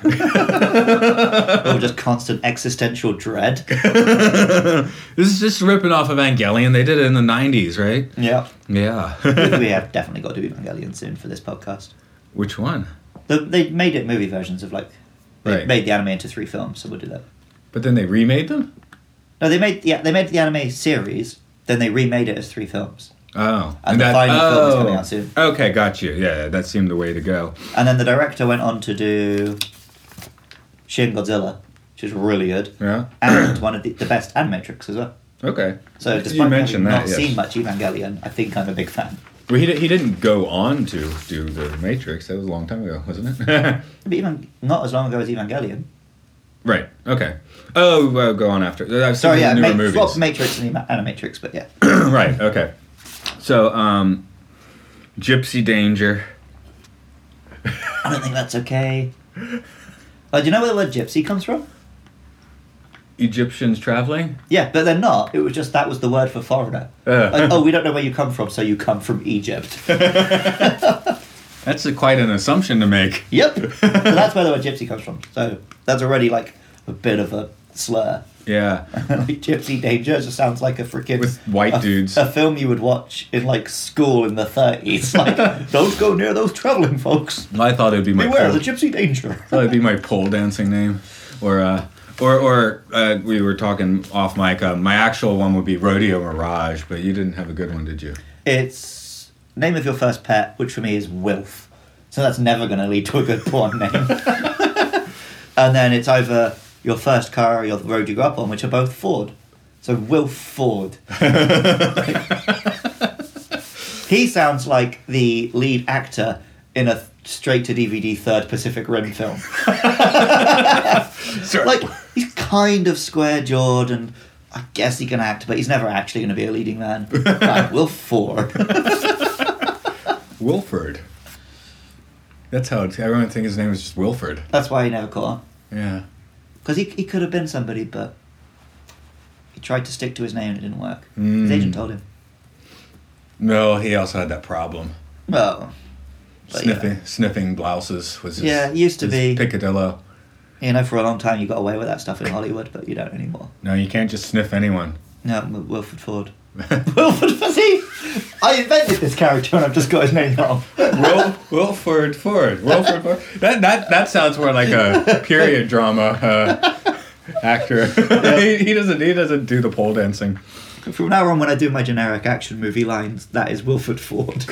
or just constant existential dread. This is just ripping off Evangelion. They did it in the '90s, right? Yeah. Yeah. *laughs* we have definitely got to do Evangelion soon for this podcast. Which one? The, they made it movie versions of like they Right. made the anime into three films, so we'll do that. But then they remade them. No, they made yeah they made the anime series, then they remade it as three films, Oh, And Uh, the final film is coming out soon. Okay, got you. Yeah, that seemed the way to go. and then the director went on to do Shin Godzilla, which is really good, Yeah. and one of the, the best animatrix as well. Okay. Uh, So despite you mentioned having not that. yes. seen much Evangelion, I think I'm a big fan. Well, he, di- he didn't go on to do the Matrix. That was a long time ago, wasn't it? *laughs* But even not as long ago as Evangelion. right. Okay. Oh, well, go on after. I've seen Sorry, the yeah, newer Ma- movies. swap Matrix and Ema- Animatrix, but yeah, *clears throat* *coughs* right. Okay. So, um, Gypsy Danger. I don't think that's okay. Uh, do you know where the word gypsy comes from? Egyptians traveling. Yeah, but they're not. It was just that was the word for foreigner. Uh. *laughs* Like, oh, we don't know where you come from, so you come from Egypt. That's a, quite an assumption to make. *laughs* yep. So that's where the word gypsy comes from. So that's already like a bit of a slur. *laughs* Yeah. like Gypsy Danger just sounds like a freaking With white a- dudes. A film you would watch in like school in the thirties. *laughs* Like, don't go near those traveling folks. I thought it'd be my Beware of pole- the Gypsy Danger. thought it'd be my pole dancing name, or uh, or or uh, we were talking off mic. Uh, my actual one would be Rodeo Mirage, but you didn't have a good one, did you? It's name of your first pet, which for me is Wilf. So that's never going to lead to a good porn name. and then it's either your first car or your the road you grew up on, which are both Ford. So Wilf Ford. he sounds like the lead actor in a straight to DVD third Pacific Rim film. like he's kind of square jawed and. I guess he can act, but he's never actually going to be a leading man. Right, Wilf Ford. Wilford. That's how it's, everyone think his name is just Wilford. That's why he never caught on. Yeah. Because he, he could have been somebody, but he tried to stick to his name and it didn't work. His agent told him. No, he also had that problem. Well, But yeah. sniffing sniffing blouses was his, Yeah, it used to be. his Piccadillo. you know, for a long time you got away with that stuff in Hollywood, but you don't anymore. No, you can't just sniff anyone. No, M- Wilford Ford. Wilford Ford. See, I invented this character and I've just got his name wrong. *laughs* Wil, *laughs* Wilford Ford. Wilford Ford. That that that sounds more like a period drama uh, actor. *laughs* he, he doesn't he doesn't do the pole dancing. From now on, when I do my generic action movie lines, that is Wilford Ford.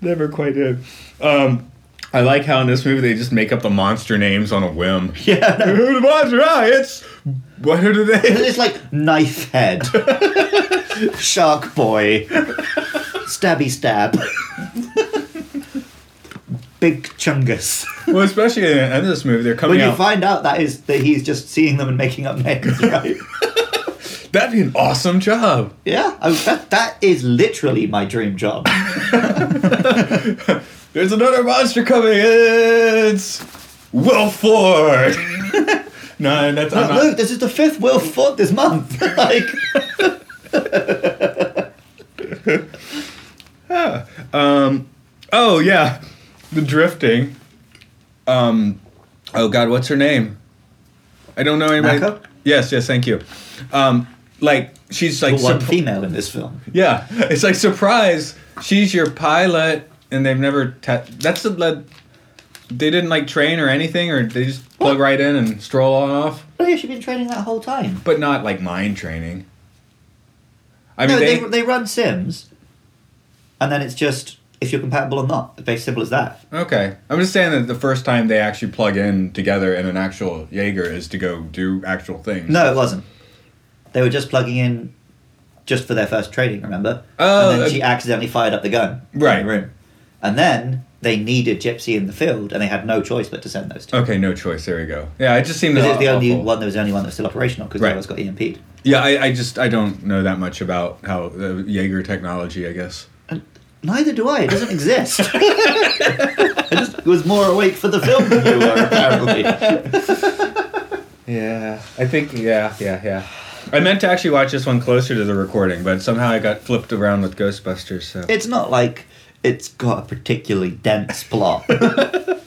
Never quite did. Um, I like how in this movie they just make up the monster names on a whim. *laughs* yeah. no. *laughs* Who the monster? Ah, it's what *laughs* are they? It's like knife *laughs* head, shark boy, stabby stab, big chungus. Well, especially at the end of this movie, they're coming When you out. find out that is that he's just seeing them and making up names, *laughs* right? That'd be an awesome job. yeah, I, that that is literally my dream *laughs* job. There's another monster coming. It's Wilford. *laughs* no, that's *laughs* I'm not. Look, this is the fifth Will Ford this month. *laughs* *laughs* like, Oh yeah, the drifting. Um, oh God, what's her name? I don't know anybody. Mako? Yes, yes, thank you. Um, like she's like the one surp- female in this film. yeah, it's like surprise. She's your pilot, and they've never. Te- that's the like, they didn't like train or anything, or they just plug right in and stroll on off. Oh yeah, she's been training that whole time. But not like mind training. I No, mean, they, they, they run Sims, and then it's just if you're compatible or not. It's as simple as that. Okay, I'm just saying that the first time they actually plug in together in an actual Jaeger is to go do actual things. No, it wasn't. They were just plugging in just for their first training, remember? Oh, And then uh, she accidentally fired up the gun. Right. In the room. And then they needed Gypsy in the field, and they had no choice but to send those two. Okay, no choice. There we go. Yeah, it just seemed Because it's the only Oh, awful. one that was the only one that was still operational because Right. the others got E EMP'd. Yeah, I, I just I don't know that much about how uh, Jaeger technology. I guess. Neither do I. It doesn't *laughs* exist. *laughs* I just was more awake for the film than you were, apparently. Yeah, I think yeah, yeah, yeah. I meant to actually watch this one closer to the recording, but somehow I got flipped around with Ghostbusters. So It's not like it's got a particularly dense *laughs* plot. The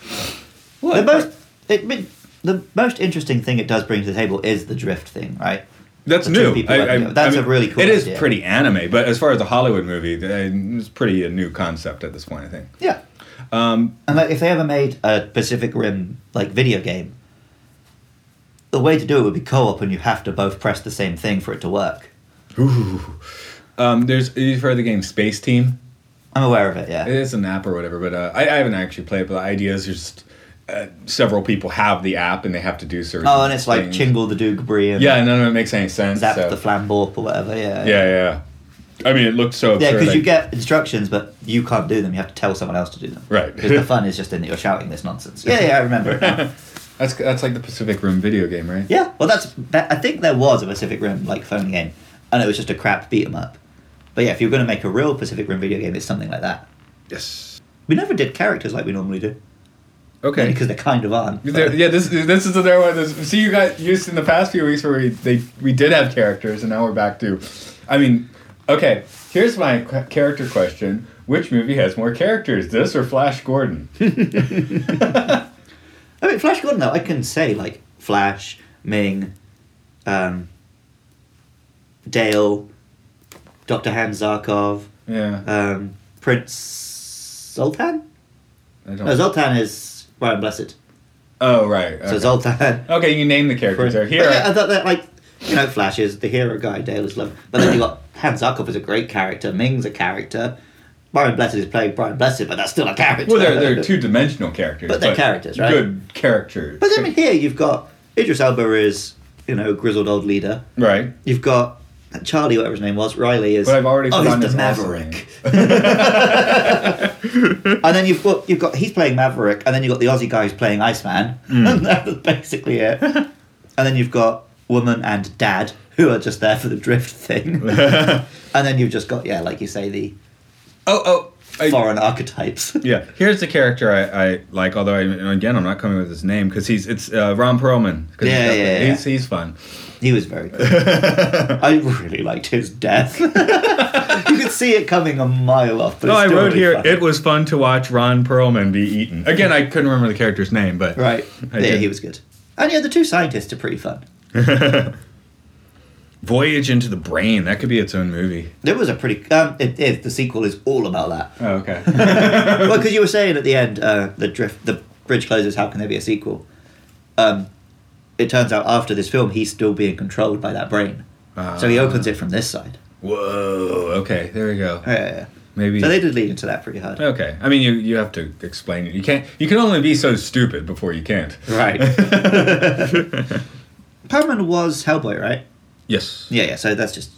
most, it, mean, the most interesting thing it does bring to the table is the drift thing, right? that's the two new. people that- that's a really cool It is idea. pretty anime, but as far as a Hollywood movie, th- it's pretty a new concept at this point. I think. Yeah. Um, and like, if they ever made a Pacific Rim like video game, the way to do it would be co-op, and you have to both press the same thing for it to work. Um, there's you've heard the game Space Team. I'm aware of it. Yeah. It is an app or whatever, but uh, I, I haven't actually played. it, But the idea is just uh, several people have the app and they have to do certain. oh, and it's like things. Chingle the Doogbree and Yeah, none of it makes any sense. Zap so- the Flamborp or whatever. Yeah. Yeah, yeah. I mean, it looked so. Yeah, absurd, because you like- get instructions, but you can't do them. You have to tell someone else to do them. Right. Because *laughs* the fun is just in that you're shouting this nonsense. Yeah, yeah, I remember it now. That's that's like the Pacific Rim video game, right? Yeah, well, that's. That, I think there was a Pacific Rim like phone game, and it was just a crap beat 'em up. But yeah, if you're going to make a real Pacific Rim video game, it's something like that. Yes. We never did characters like we normally do Okay. because they kind of aren't. There- yeah, this this is another one. This, see, you got used in the past few weeks where we they we did have characters, and now we're back to. I mean, okay. Here's my qu- character question: Which movie has more characters, this or Flash Gordon? Hmm. I mean, Flash Gordon though, I can say like Flash, Ming, um, Dale, Doctor Han Zarkov, Yeah, um, Prince Zoltan. I No, don't. Zoltan is Ryan Blessed. Oh right. So Okay. Zoltan. Okay, you name the characters. Are But here. yeah, I thought that like you know, Flash is the hero guy, Dale is love. But then you got Han Zarkov is a great character, Ming's a character, Brian Blessed is playing Brian Blessed, but that's still a character. Well, they're, *laughs* they're two dimensional characters, But they're characters, right? Good characters, But I mean, here you've got Idris Elba is you know grizzled old leader. right? You've got Charlie, whatever his name was. Riley is. But I've already oh, forgotten he's the his last Maverick. *laughs* and then you've got you've got he's playing Maverick, and then you've got the Aussie guy who's playing Iceman. *laughs* Hmm. And that's basically it. and then you've got woman and dad who are just there for the drift *laughs* thing. and then you've just got yeah, like you say, the Oh, oh. I- foreign archetypes. *laughs* Yeah, here's the character I, I like. Although I, and again, I'm not coming with his name because he's it's uh, Ron Perlman. 'cause he's Yeah, got yeah, the- yeah. He's, he's fun. He was very *laughs* good. I really liked his death. *laughs* you could see it coming a mile off. But No, it's I still wrote really here. funny. It was fun to watch Ron Perlman be eaten. Again, I couldn't remember the character's name, but Right. I yeah, did. he was good. And yeah, the two scientists are pretty fun. Voyage into the Brain. That could be its own movie. There was a pretty. Um, it is the sequel is all about that. Oh, okay. well, because you were saying at the end, uh, the drift, the bridge closes. How can there be a sequel? Um, it turns out after this film, he's still being controlled by that brain. so he opens it from this side. *laughs* Whoa. Okay, there we go. Yeah, yeah, Maybe. yeah. So they did lead into that pretty hard. okay. I mean, you you have to explain it. You can't. You can only be so stupid before you can't. Right. Perlman was Hellboy, right? *laughs* Yes. Yeah, yeah. So that's just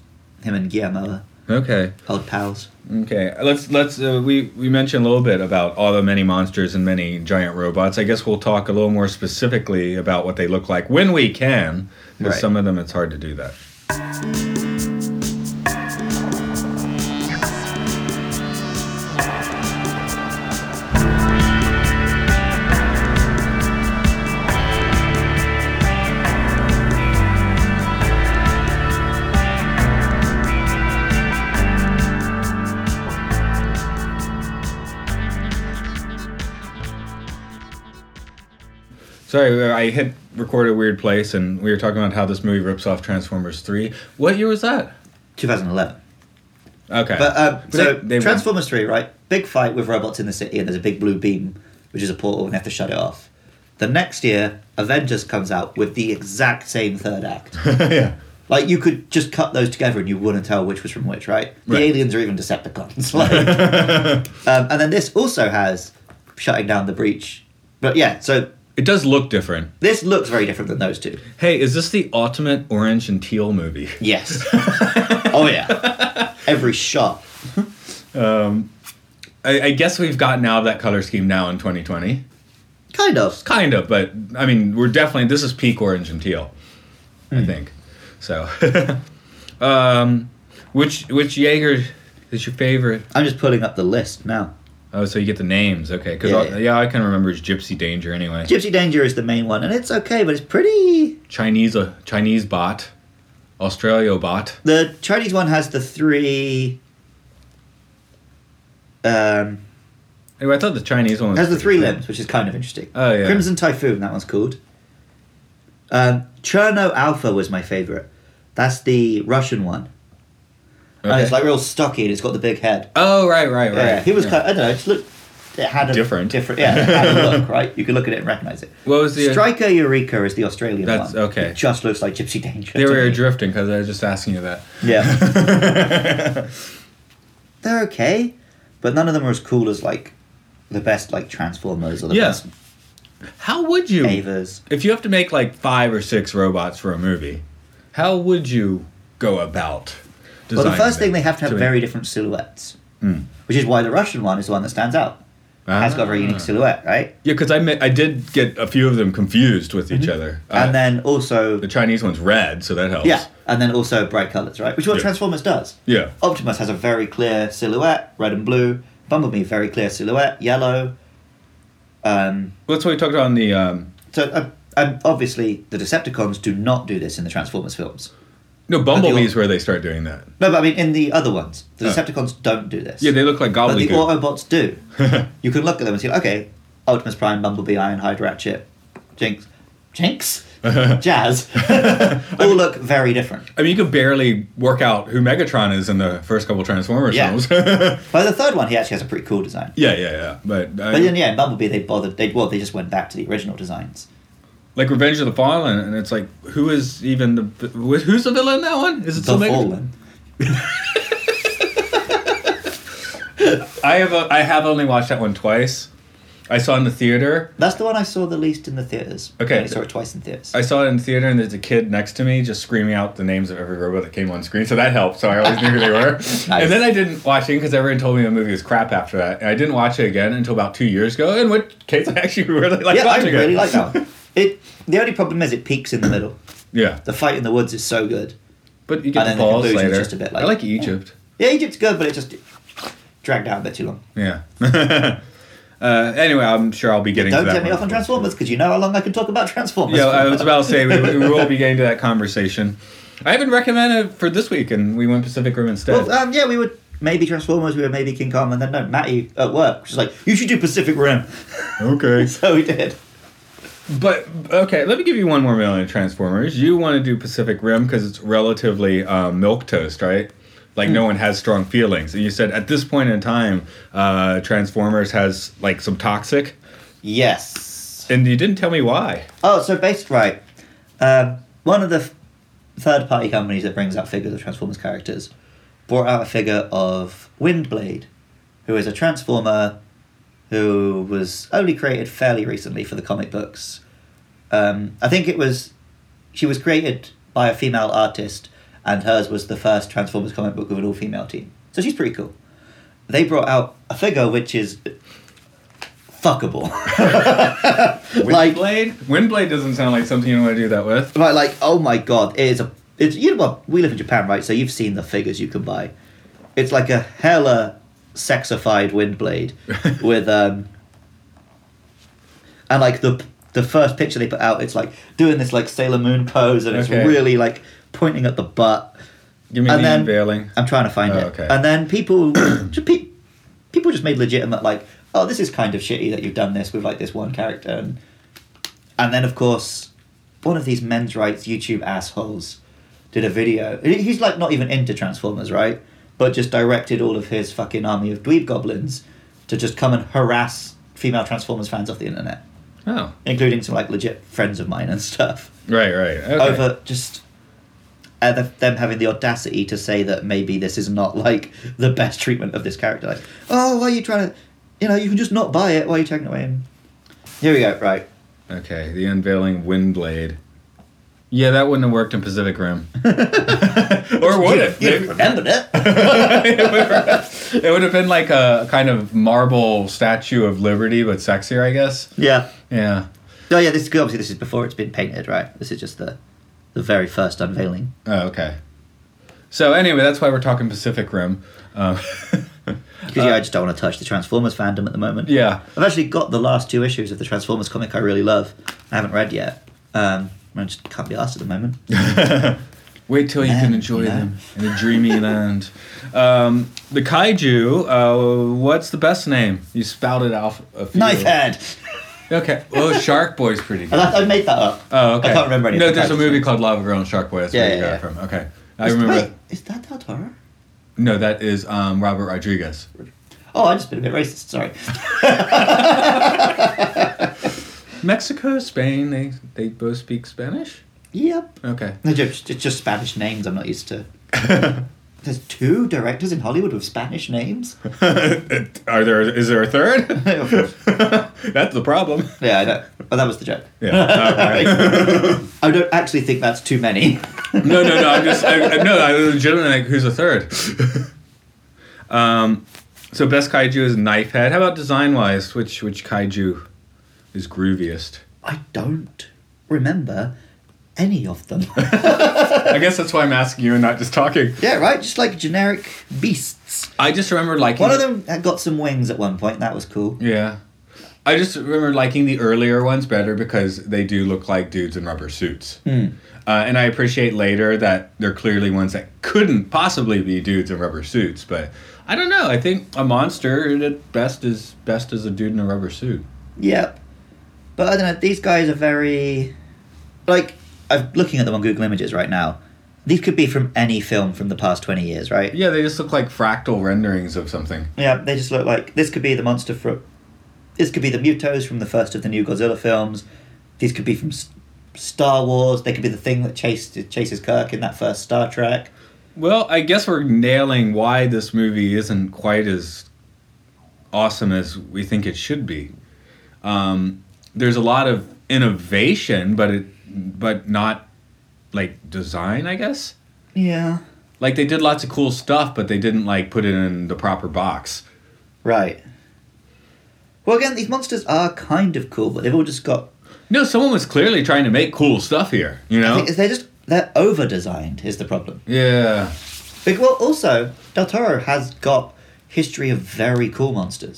him and Guillermo, are Okay. old pals. Okay, let's let's uh, we we mentioned a little bit about all the many monsters and many giant robots. I guess we'll talk a little more specifically about what they look like when we can. Because Right. some of them it's hard to do that. Sorry, uh, I hit record a weird place, and we were talking about how this movie rips off Transformers Three. What year was that? 2011. Okay, But um, so they- they won. Transformers Three, right? Big fight with robots in the city, and there's a big blue beam, which is a portal, and they have to shut it off. The next year, Avengers comes out with the exact same third act. *laughs* yeah, like you could just cut those together, and you wouldn't tell which was from which, right? The Right. aliens are even Decepticons. *laughs* Like, um, and then this also has shutting down the breach. But yeah, so It does look different. This looks very different than those two. Hey, is this the ultimate orange and teal movie? *laughs* Yes. *laughs* oh yeah. Every shot. I, I guess we've gotten out of that color scheme now in 2020. Kind of. Kind of, but I mean, we're definitely this is peak orange and teal, Hmm. I think. So, *laughs* um, which which Jaeger is your favorite? I'm just pulling up the list now. Oh, so you get the names, okay? Because Yeah, yeah, yeah. I can remember it's Gypsy Danger anyway. Gypsy Danger is the main one, and it's okay, but it's pretty. Chinese uh, Chinese bot, Australia bot. The Chinese one has the three. Um, Anyway, I thought the Chinese one was has the pretty three cool. limbs, which is kind of interesting. Oh, yeah. Crimson Typhoon, that one's called. Um, Cherno Alpha was my favorite. That's the Russian one, and Okay. it's like real stocky, and it's got the big head. oh right, right, right. Yeah, he was Yeah. kind. Of, I don't know. It just looked. It had a Different. different. Yeah, it had a *laughs* look, right? You could look at it and recognize it. What was the? Striker Eureka is the Australian That's- one. okay. It just looks like Gypsy Danger. They to were me. drifting because I was just asking you that. Yeah. *laughs* They're okay, but none of them are as cool as like the best like Transformers or the Yeah. best How would you? Avers. If you have to make like five or six robots for a movie, how would you go about Well, designing the first thing them they have to have be- very different silhouettes, Hmm. which is why the Russian one is the one that stands out. Has got a very Ah. unique silhouette, right? Yeah, because I ma- I did get a few of them confused with each other. Uh, Mm-hmm. and then also the Chinese one's red, so that helps. Yeah, and then also bright colours, right? Which is what Yeah. Transformers does. Yeah. Optimus has a very clear silhouette, red and blue. Bumblebee, very clear silhouette, yellow. Um, Well, that's what we talked about in the. Um, so uh, um, obviously, the Decepticons do not do this in the Transformers films. no, Bumblebee's where they start doing that. No, but I mean, in the other ones, the Oh. Decepticons don't do this. Yeah, they look like But the gobbledygook. Autobots *laughs* do. you can look at them and see, okay, Optimus Prime, Bumblebee, Ironhide, Ratchet, Jinx, *laughs* Jinx, Jazz, *laughs* all look very different. I mean, you could barely work out who Megatron is in the first couple Transformers Yeah. films. *laughs* yeah, By the third one, he actually has a pretty cool design. yeah, yeah. But, uh, But then, yeah, in Bumblebee, they bothered. They well, they just went back to the original designs. like Revenge of the Fallen, and it's like, who is even the wh- who's the villain in that one? Is it The still Megatron? Fallen. I have a, I have only watched that one twice. I saw it in the theater. That's the one I saw the least in the theaters. Okay. I saw it twice in theaters. I saw it in the theater, and there's a kid next to me just screaming out the names of every robot that came on screen. So that helped. So I always knew who *laughs* they were. And then I didn't watch it because everyone told me the movie was crap after that. And I didn't watch it again until about two years ago. In which case, I actually *laughs* really like yeah, I watching it. really like *laughs* that one. It. The only problem is it peaks in the middle. Yeah, The fight in the woods is so good. but you get the And then the balls conclusion is later. just a bit like- I like Egypt. Yeah, Egypt's good, but it just dragged out a bit too long. Yeah. *laughs* uh, anyway, I'm sure I'll be getting. Don't to that get me one. off on Transformers because you know how long I can talk about Transformers. Yeah, I was about to say we, we will be getting to that conversation. I haven't recommended for this week, and we went Pacific Rim instead. Well, um, yeah, we would maybe Transformers, we were maybe King Kong, and then no, Matty at work was like, "You should do Pacific Rim." *laughs* okay. So we did. But okay, let me give you one more million Transformers. You want to do Pacific Rim because it's relatively um, milk toast, right? Like Hmm. no one has strong feelings, and you said at this point in time, uh, Transformers has like some toxic, Yes. and you didn't tell me why. Oh, so based right. Um, one of the f- third party companies that brings out figures of Transformers characters brought out a figure of Windblade, who is a Transformer who was only created fairly recently for the comic books. Um, I think it was. She was created by a female artist, and hers was the first Transformers comic book with an all female team. So she's pretty cool. They brought out a figure which is fuckable. *laughs* like, Windblade. Windblade doesn't sound like something you want to do that with. Right, like, oh my god, it is a. It's you know what? We live in Japan, right? So you've seen the figures you can buy. It's like a hella sexified wind blade with um. And like the the first picture they put out, it's like doing this like Sailor Moon pose, and it's Okay. really like pointing at the butt. Give me And the then- unveiling. I'm trying to find Oh, it. okay. And then people, *coughs* just pe- people just made legitimate like, oh, this is kind of shitty that you've done this with like this one character, and and then of course, one of these men's rights YouTube assholes did a video. He- He's like not even into Transformers, right? But just directed all of his fucking army of dweeb goblins to just come and harass female Transformers fans off the internet, Oh, including some like legit friends of mine and *laughs* stuff right, right. Okay. over just uh, the, them having the audacity to say that maybe this is not like the best treatment of this character. Like, oh, why are you trying to? You know, you can just not buy it. Why are you taking it away? And here we go. Right, Okay, the unveiling Windblade. Yeah, that wouldn't have worked in *laughs* Pacific Rim. or would it? You remembered it. It would have been like a kind of marble statue of Liberty, but sexier, I guess. Yeah. Yeah. Oh yeah, this is obviously this is before it's been painted, right? This is just the the very first unveiling. Oh, okay. So anyway, that's why we're talking Pacific Rim. Um, *laughs* Because yeah, I just don't want to touch the Transformers fandom at the moment. yeah. I've actually got the last two issues of the Transformers comic I really love. I haven't read yet. Um, I just can't be asked at the moment. Wait till you can enjoy them in a dreamy *laughs* land. Um, the kaiju. Uh, what's the best name? You spouted off a few. Knife head. Okay. Oh, *laughs* Shark Boy's pretty I, good. I made that up. Oh, okay. I can't remember any of No, the there's a kaiju's movie names. called Lava Girl and Shark Boy. That's Yeah, where you yeah, got yeah. it from. Okay. I Is- remember. Wait, is that Del Toro? No, that is um, Robert Rodriguez. Oh, I just been a bit racist. Sorry. Mexico, Spain. They they both speak Spanish. yep. Okay. No, just, just, just Spanish names I'm not used to. There's two directors in Hollywood with Spanish names? *laughs* *laughs* Are there? Is there a third? *laughs* that's the *laughs* problem. Yeah, I know. But that was the joke. Yeah. *laughs* I don't actually think that's too many. *laughs* no, no, no. I'm just. I, I, no, I was legitimately like, who's a third? *laughs* um, so best kaiju is knife head. How about design wise? Which which kaiju is grooviest? I don't remember any of *laughs* them. I guess that's why I'm asking you and not just talking. yeah, right? Just like generic beasts. I just remember liking. One of them had got some wings at one point. That was cool. Yeah. I just remember liking the earlier ones better because they do look like dudes in rubber suits. Uh, and I appreciate later that they're clearly ones that couldn't possibly be dudes in rubber suits. But I don't know. I think a monster at best is best as a dude in a rubber suit. Yep. But I don't know, these guys are very. Like, I'm looking at them on Google Images right now. These could be from any film from the past 20 years, right? Yeah, they just look like fractal renderings of something. Yeah, they just look like this could be the monster from. This could be the Mutos from the first of the new Godzilla films. These could be from S- Star Wars. They could be the thing that chased, chases Kirk in that first Star Trek. Well, I guess we're nailing why this movie isn't quite as awesome as we think it should be. Um, there's a lot of innovation, but it but not like design, I guess. Yeah. Like they did lots of cool stuff, but they didn't like put it in the proper box. Right. Well, again, these monsters are kind of cool, but they've all just got. No, someone was clearly trying to make cool stuff here, you know? They're just. They're over designed, is the problem. Yeah. Bec- Well, also, Del Toro has got history of very cool monsters.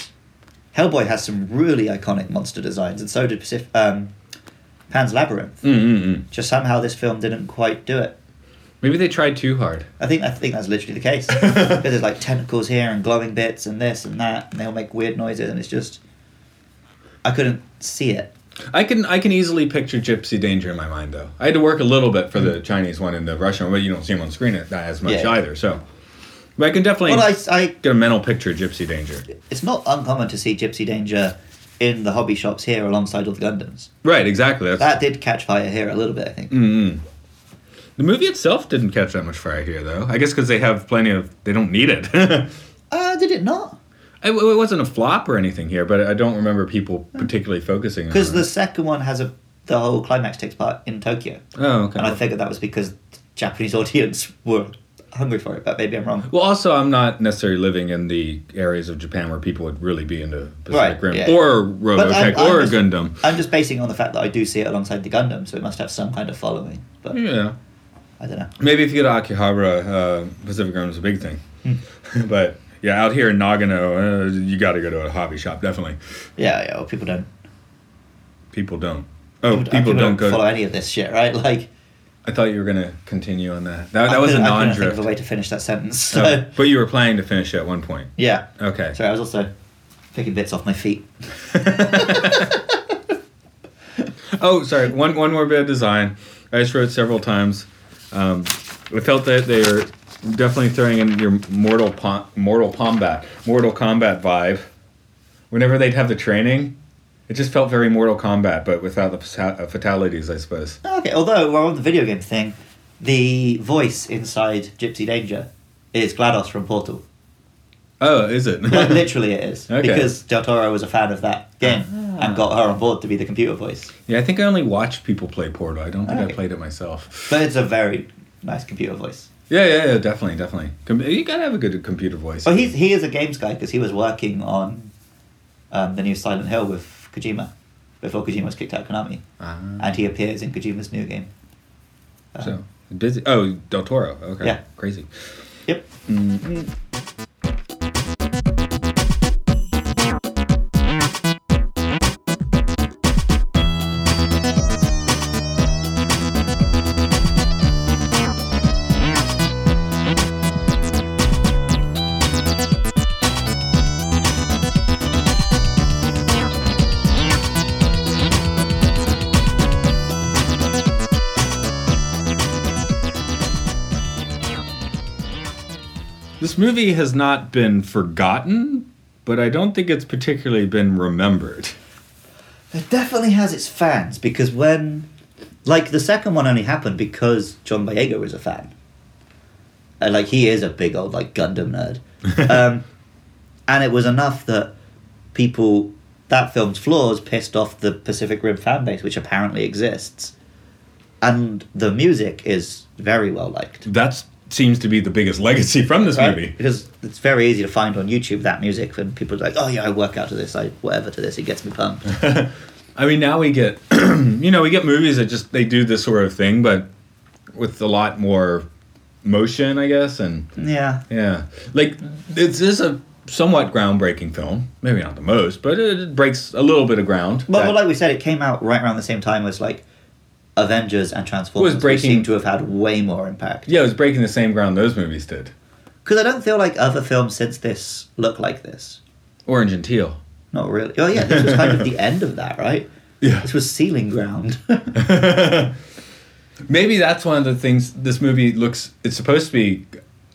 Hellboy has some really iconic monster designs, and so did Pacif- um, Pan's Labyrinth. Mm-mm-mm. Just somehow this film didn't quite do it. Maybe they tried too hard. I think I think that's literally the case. 'Cause there's like tentacles here and glowing bits and this and that, and they all make weird noises, and it's just I couldn't see it. I can I can easily picture Gypsy Danger in my mind though. I had to work a little bit for the Chinese one and the Russian one, but you don't see them on screen at- as much Mm. Yeah. either. So, but I can definitely Well, I, I *laughs* get a mental picture of Gypsy Danger. it's not uncommon to see Gypsy Danger in the hobby shops here alongside all the Gundams. Right, exactly. That's, That did catch fire here a little bit, I think. the movie itself didn't catch that much fire here though. I guess because they have plenty of they don't need it. *laughs* it. Uh, did it not? It wasn't a flop or anything here, but I don't remember people particularly focusing on Because it. the second one has a the whole climax takes part in Tokyo, oh okay. and I figured that was because the Japanese audience were hungry for it. But maybe I'm wrong. Well, also, I'm not necessarily living in the areas of Japan where people would really be into Pacific Right, Rim yeah. or But Robotech I'm- I'm or just- Gundam. I'm just basing it on the fact that I do see it alongside the Gundam, so it must have some kind of following. But Yeah. I don't know. Maybe if you go to Akihabara, uh, Pacific Rim is a big thing. Hmm. *laughs* but yeah, out here in Nagano, uh, you got to go to a hobby shop. Definitely, Yeah, yeah. Well, people don't. people don't. Oh, people, people don't, go. follow any of this shit, right? *laughs* Like I thought you were gonna continue on that. That, that I was a couldn't- I couldn't think non-drift. of a way to finish that sentence. So Oh, but you were planning to finish at one point. yeah. Okay. Sorry, I was also picking bits off my feet. Oh, sorry. One one more bit of design. I just wrote several times. Um, I felt that they are definitely throwing in your mortal po- mortal combat mortal combat vibe. Whenever they'd have the training, it just felt very Mortal Kombat, but without the fata- uh, fatalities, I suppose. Okay. Although we're on the video game thing, the voice inside Gypsy Danger is GLaDOS from Portal. Oh, is it? Like, literally, it *laughs* is Okay. because Del Toro was a fan of that game, and got her on board to be the computer voice. *laughs* Yeah, I think I only watched people play Portal. I don't think I Okay. played it myself. But it's a very nice computer voice. Yeah, yeah, yeah, definitely, definitely. Com- you gotta have a good computer voice. Well, Oh, he's, he is a games guy because he was working on um, the new Silent Hill with Kojima before Kojima was kicked out of Konami. Ah. And he appears in Kojima's new game. Um, So busy. Oh, Del Toro. Okay. Yeah. Crazy. Yep. This movie has not been forgotten, but I don't think it's particularly been remembered. It definitely has its fans because when, like, the second one only happened because John Boyega was a fan, and like he is a big old like Gundam nerd, um, and it was enough that people that film's flaws pissed off the Pacific Rim fan base, which apparently exists, and the music is very well liked. That seems to be the biggest legacy from this Right? movie. Because it's very easy to find on YouTube that music, and people are like, oh yeah, I work out to this, I whatever to this, it gets me pumped. I mean, now we get, *clears throat* you know, we get movies that just they do this sort of thing, but with a lot more motion, I guess, and yeah, yeah, like this is a somewhat groundbreaking film. Maybe not the most, but it, it breaks a little bit of ground. Well, that- well, like we said, it came out right around the same time as like Avengers and Transformers, Was breaking- which seem to have had way more impact. yeah, it was breaking the same ground those movies did. Because I don't feel like other films since this look like this. Orange and Teal. Not really. Oh yeah, this was kind *laughs* of the end of that, right? Yeah. This was ceiling ground. *laughs* Maybe that's one of the things this movie looks. It's supposed to be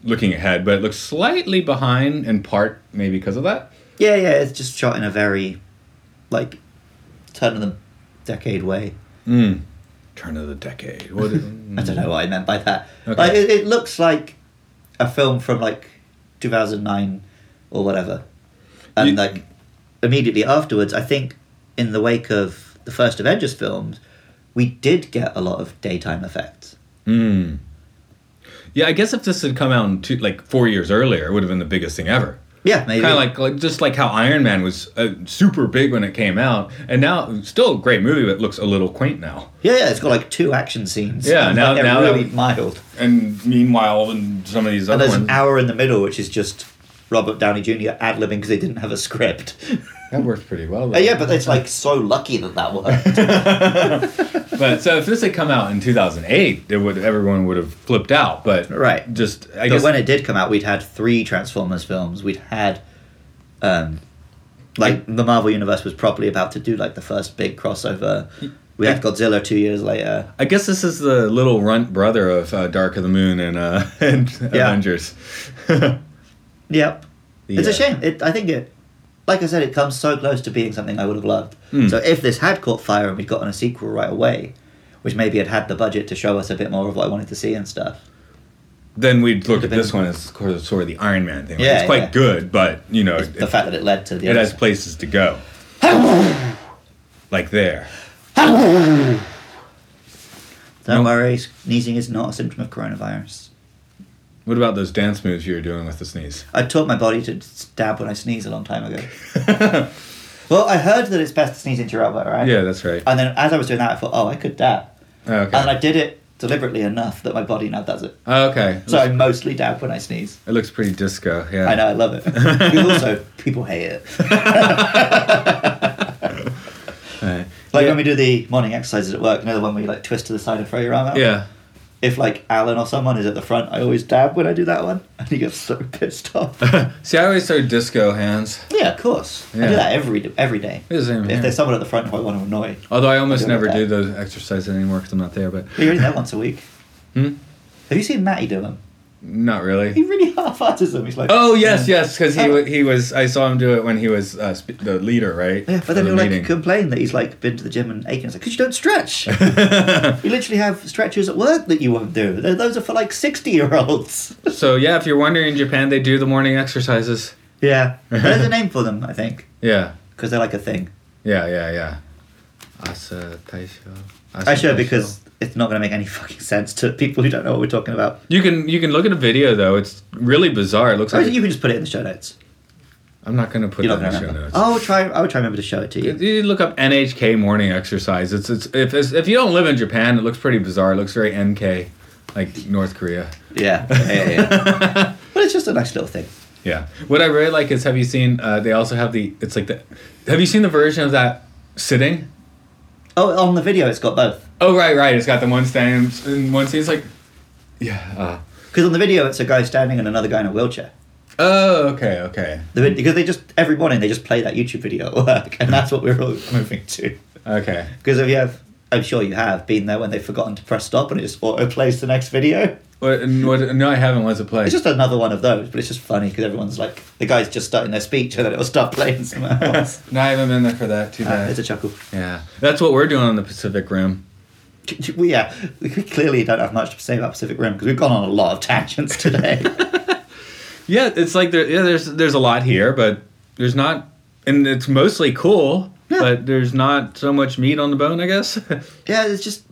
looking ahead, but it looks slightly behind in part, maybe because of that. yeah, yeah, it's just shot in a very, like, turn of the decade way. Turn of the decade. What *laughs* I don't know what I meant by that. Mm. Okay. Like, it, it looks like a film from like 2009 or whatever. And You- like immediately afterwards, I think in the wake of the first Avengers films, we did get a lot of daytime effects. yeah, I guess if this had come out in two, like four years earlier, it would have been the biggest thing ever. Yeah, maybe. Kind of like, like just like how Iron Man was uh, super big when it came out, and now still a great movie, but it looks a little quaint now. yeah, yeah, it's got like two action scenes. Yeah, And, now- like, they're now that really we- mild. And meanwhile, and some of these And other there's ones, an hour in the middle, which is just Robert Downey Jr. ad libbing because they didn't have a script. *laughs* that worked pretty well. Uh, yeah, but it's like so lucky that that worked. But so if this had come out in 2008, it would everyone would have flipped out. But Right. just I but guess when it did come out, we'd had three Transformers films. We'd had, um, like the Marvel Universe was probably about to do like the first big crossover. We had Godzilla two years later. I guess this is the little runt brother of uh, Dark of the Moon and uh, *laughs* and Yeah. Avengers. *laughs* Yep, it's Yeah. a shame. It, I think it, like I said, it comes so close to being something I would have loved. Hmm. So if this had caught fire and we'd gotten a sequel right away, which maybe it had the budget to show us a bit more of what I wanted to see and stuff. Then we'd look at Depends- this one as sort of, sort of the Iron Man thing. Like, Yeah, it's quite yeah. good, but you know, it, The fact that it led to the it other- has places to go. like there. Don't No. worry, sneezing is not a symptom of coronavirus. What about those dance moves you were doing with the sneeze? I taught my body to stab when I sneeze a long time ago. *laughs* well, I heard that it's best to sneeze into your elbow, right? Yeah, that's right. And then as I was doing that, I thought, oh, I could dab. Okay. Oh, And I did it deliberately enough that my body now does it. okay. It So I looks, mostly dab when I sneeze. it looks pretty disco. Yeah. I know, I love *laughs* it. Because also, people hate it. Alright. Like Yeah. when we do the morning exercises at work, another one where you like twist to the side and throw your arm out. yeah. If like Alan or someone is at the front, I always dab when I do that one. *laughs* And he gets so pissed *laughs* off. See, I always throw disco hands. yeah, of course. I Yeah. do that every, every day. Yeah, same If here. there's someone at the front who I want to annoy. Although I almost I don't never like do that. those exercises anymore because I'm not there, but But you're only there once a week. Hmm? Have you seen Matty do them? not really. He really *laughs* half-hearted them. He's like, Oh yes, yes, because he wa- he was. I saw him do it when he was uh, sp- the leader, right? Yeah, For but then the he'll like meeting. complain that he's like been to the gym and aching. It's like, because you don't *laughs* stretch. *laughs* we literally have stretches at work that you won't do. Th- Those are for like 60 year *laughs* olds. So yeah, if you're wondering, in Japan they do the morning exercises. yeah. There's a name for them, I think, Yeah, because they're like a thing. Yeah, yeah, yeah. Asa Taisho. Asa I show Taisho. because it's not going to make any fucking sense to people who don't know what we're talking about. you can you can look at a video though. It's really bizarre. It looks Or like you can just put it in the show notes. I'm not gonna put You're it not in going to the show remember. notes. I'll try. I'll try remember to show it to you. You look up NHK morning exercise. It's it's if it's, if you don't live in Japan, it looks pretty bizarre. It looks very NK, like North Korea. Yeah, yeah, yeah, *laughs* yeah. but it's just a nice little thing. Yeah. What I really like is have you seen? Uh, they also have the. It's like the. Have you seen the version of that sitting? Oh, on the video, it's got both. Oh right, right. It's got the one standing and one seat. It's like. Yeah. Uh, Because on the video, it's a guy standing and another guy in a wheelchair. oh okay okay The, vid- because they just every morning they just play that YouTube video at work, and that's what we're all *laughs* moving to. okay. Because if you have, I'm sure you have been there when they've forgotten to press stop and it just auto plays the next video. What, and what, no, I haven't. What's it play? It's just another one of those, but it's just funny because everyone's like, the guy's just starting their speech and then it'll start playing somewhere else. *laughs* no, I haven't been there for that. Too Uh, bad. it's a chuckle. yeah, that's what we're doing on the Pacific Rim. We, yeah, we clearly don't have much to say about Pacific Rim because we've gone on a lot of tangents today. Yeah, it's like there. Yeah, there's there's a lot here, but there's not, and it's mostly cool. But there's not so much meat on the bone, I guess. *laughs* yeah, it's just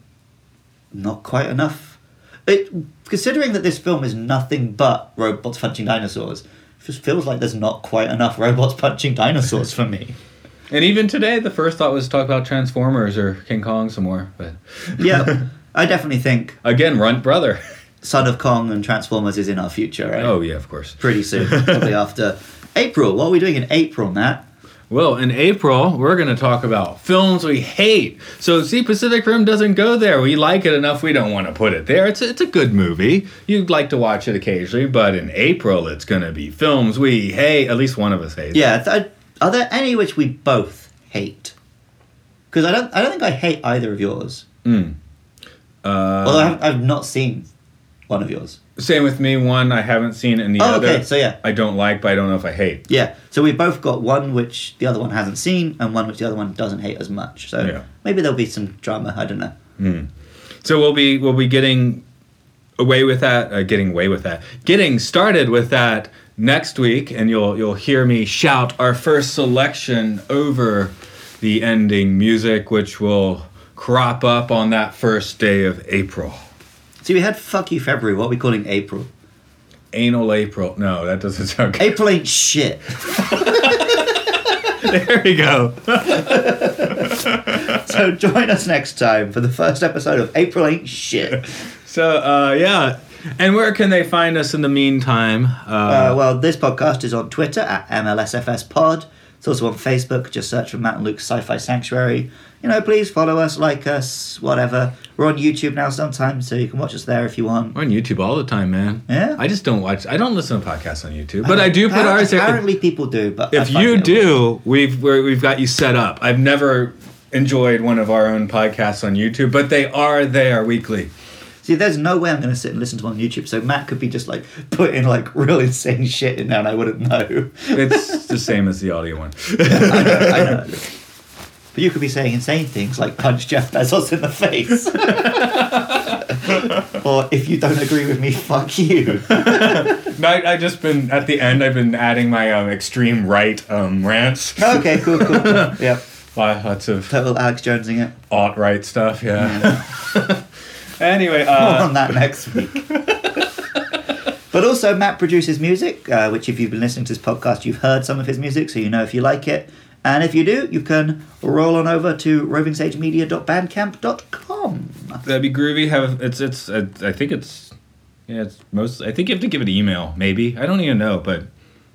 not quite enough. It considering that this film is nothing but robots punching dinosaurs, it just feels like there's not quite enough robots *laughs* punching dinosaurs for me. and even today, the first thought was to talk about Transformers or King Kong some more. But Yeah, *laughs* I definitely think again, Runt Brother. *laughs* Son of Kong and Transformers is in our future, right? Oh yeah, of course. pretty soon, probably after April. What are we doing in April, Matt? Well, in April, we're going to talk about films we hate. So, see, Pacific Rim doesn't go there. We like it enough. We don't want to put it there. It's a, it's a good movie. You'd like to watch it occasionally, but in April, it's going to be films we hate. At least one of us hates. Yeah, th- are there any which we both hate? Because I don't, I don't think I hate either of yours. Although I've, I've not seen one of yours. Same with me. One I haven't seen, and the Oh, other okay, so yeah. I don't like, but I don't know if I hate. Yeah, so we've both got one which the other one hasn't seen, and one which the other one doesn't hate as much. So Yeah. maybe there'll be some drama. I don't know. So we'll be we'll be getting away with that, uh, getting away with that, getting started with that next week, and you'll you'll hear me shout our first selection over the ending music, which will crop up on that first day of April. See, we had fuck you February. What are we calling April? Anal April. No, that doesn't sound good. April ain't *laughs* shit. There we go. so join us next time for the first episode of April ain't *laughs* shit. So uh, yeah. And where can they find us in the meantime? Uh, Uh, well, this podcast is on Twitter at MLSFS Pod. It's also on Facebook. Just search for Matt and Luke's Sci-Fi Sanctuary. You know, please follow us, like us, whatever. We're on YouTube now sometimes, so you can watch us there if you want. We're on YouTube all the time, man. Yeah? I just don't watch. I don't listen to podcasts on YouTube, but I, do put ours there. Apparently, people do, but I If find you it- do, we've we're, we've got you set up. I've never enjoyed one of our own podcasts on YouTube, but they are there weekly. see, there's no way I'm going to sit and listen to one on YouTube. So Matt could be just like putting like real *laughs* insane shit in there, and I wouldn't know. It's the same as the audio one. I know. But you could be saying insane things like punch Jeff Bezos in the face. *laughs* or if you don't agree with me, fuck you. I, I just been at the end. I've been adding my um, extreme right um, rants, Okay, cool, cool. cool. yep. Lot- lots of Total Alex Jonesing it. alt right stuff. Yeah. *laughs* anyway, uh, More on that next week. but also, Matt produces music, uh, which if you've been listening to this podcast, you've heard some of his music, so you know if you like it. And if you do, you can roll on over to rovingsagemedia.bandcamp.com. That'd be groovy. Have it's it's. I, I think it's. Yeah, it's most. I think you have to give it an email. Maybe I don't even know, but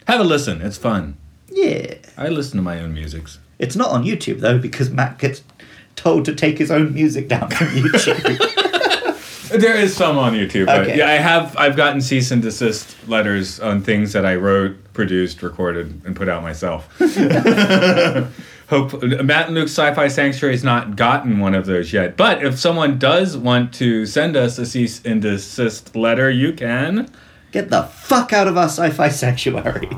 have a listen. It's fun. Yeah. I listen to my own musics. It's not on YouTube, though, because Matt gets told to take his own music down from *laughs* YouTube. There is some on YouTube. but Okay. yeah, I have. I've gotten cease and desist letters on things that I wrote, produced, recorded, and put out myself. Hope Matt and Luke's Sci-Fi Sanctuary has not gotten one of those yet. But if someone does want to send us a cease and desist letter, you can. Get the fuck out of our sci fi sanctuary.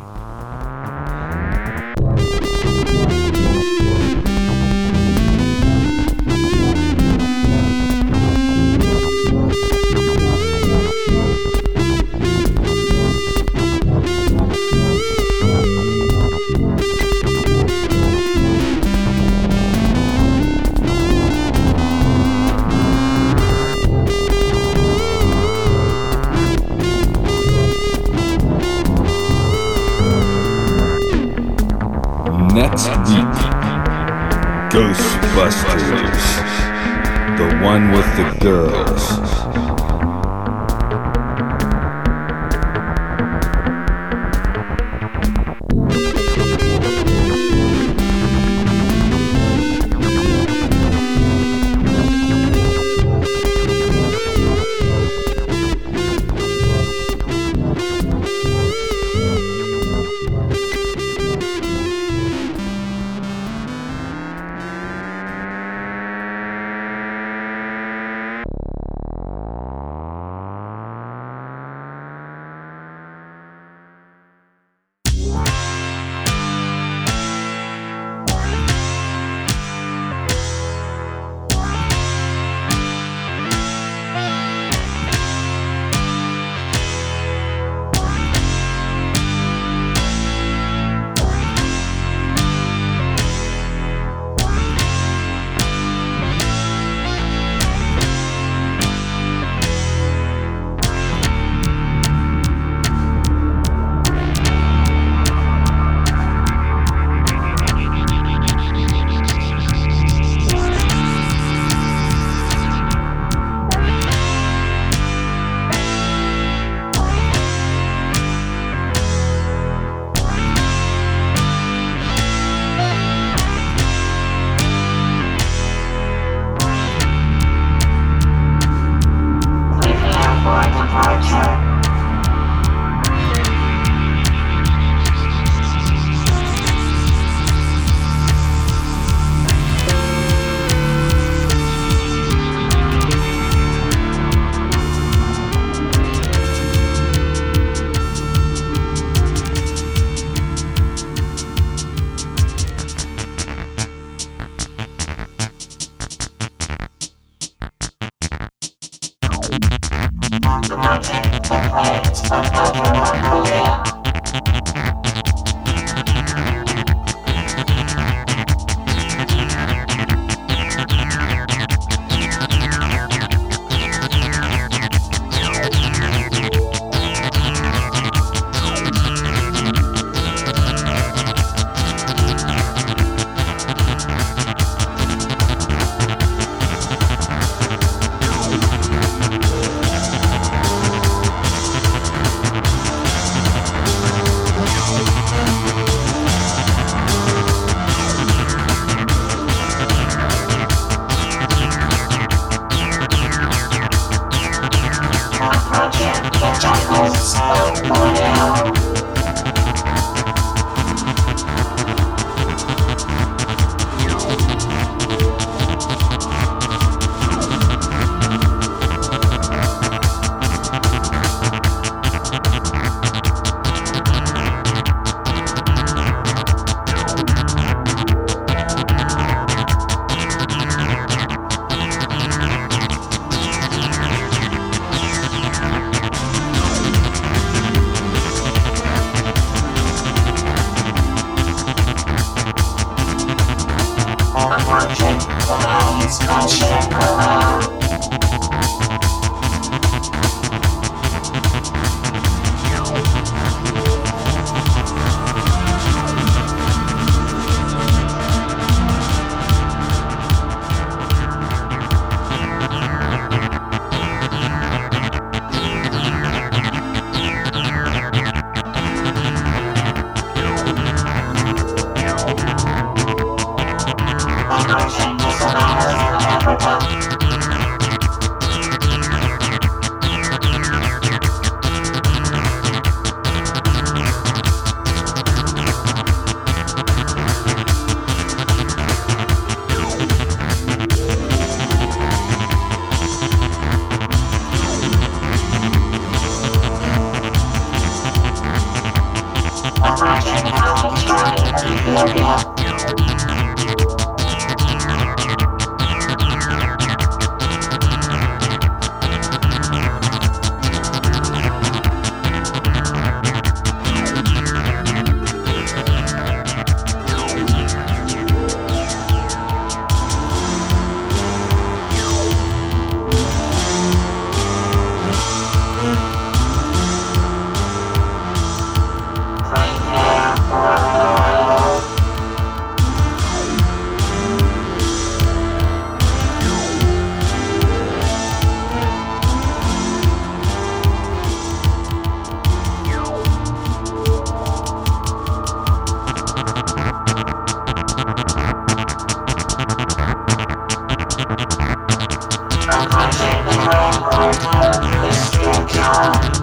That's weak. Ghostbusters. The one with the girls. They still come.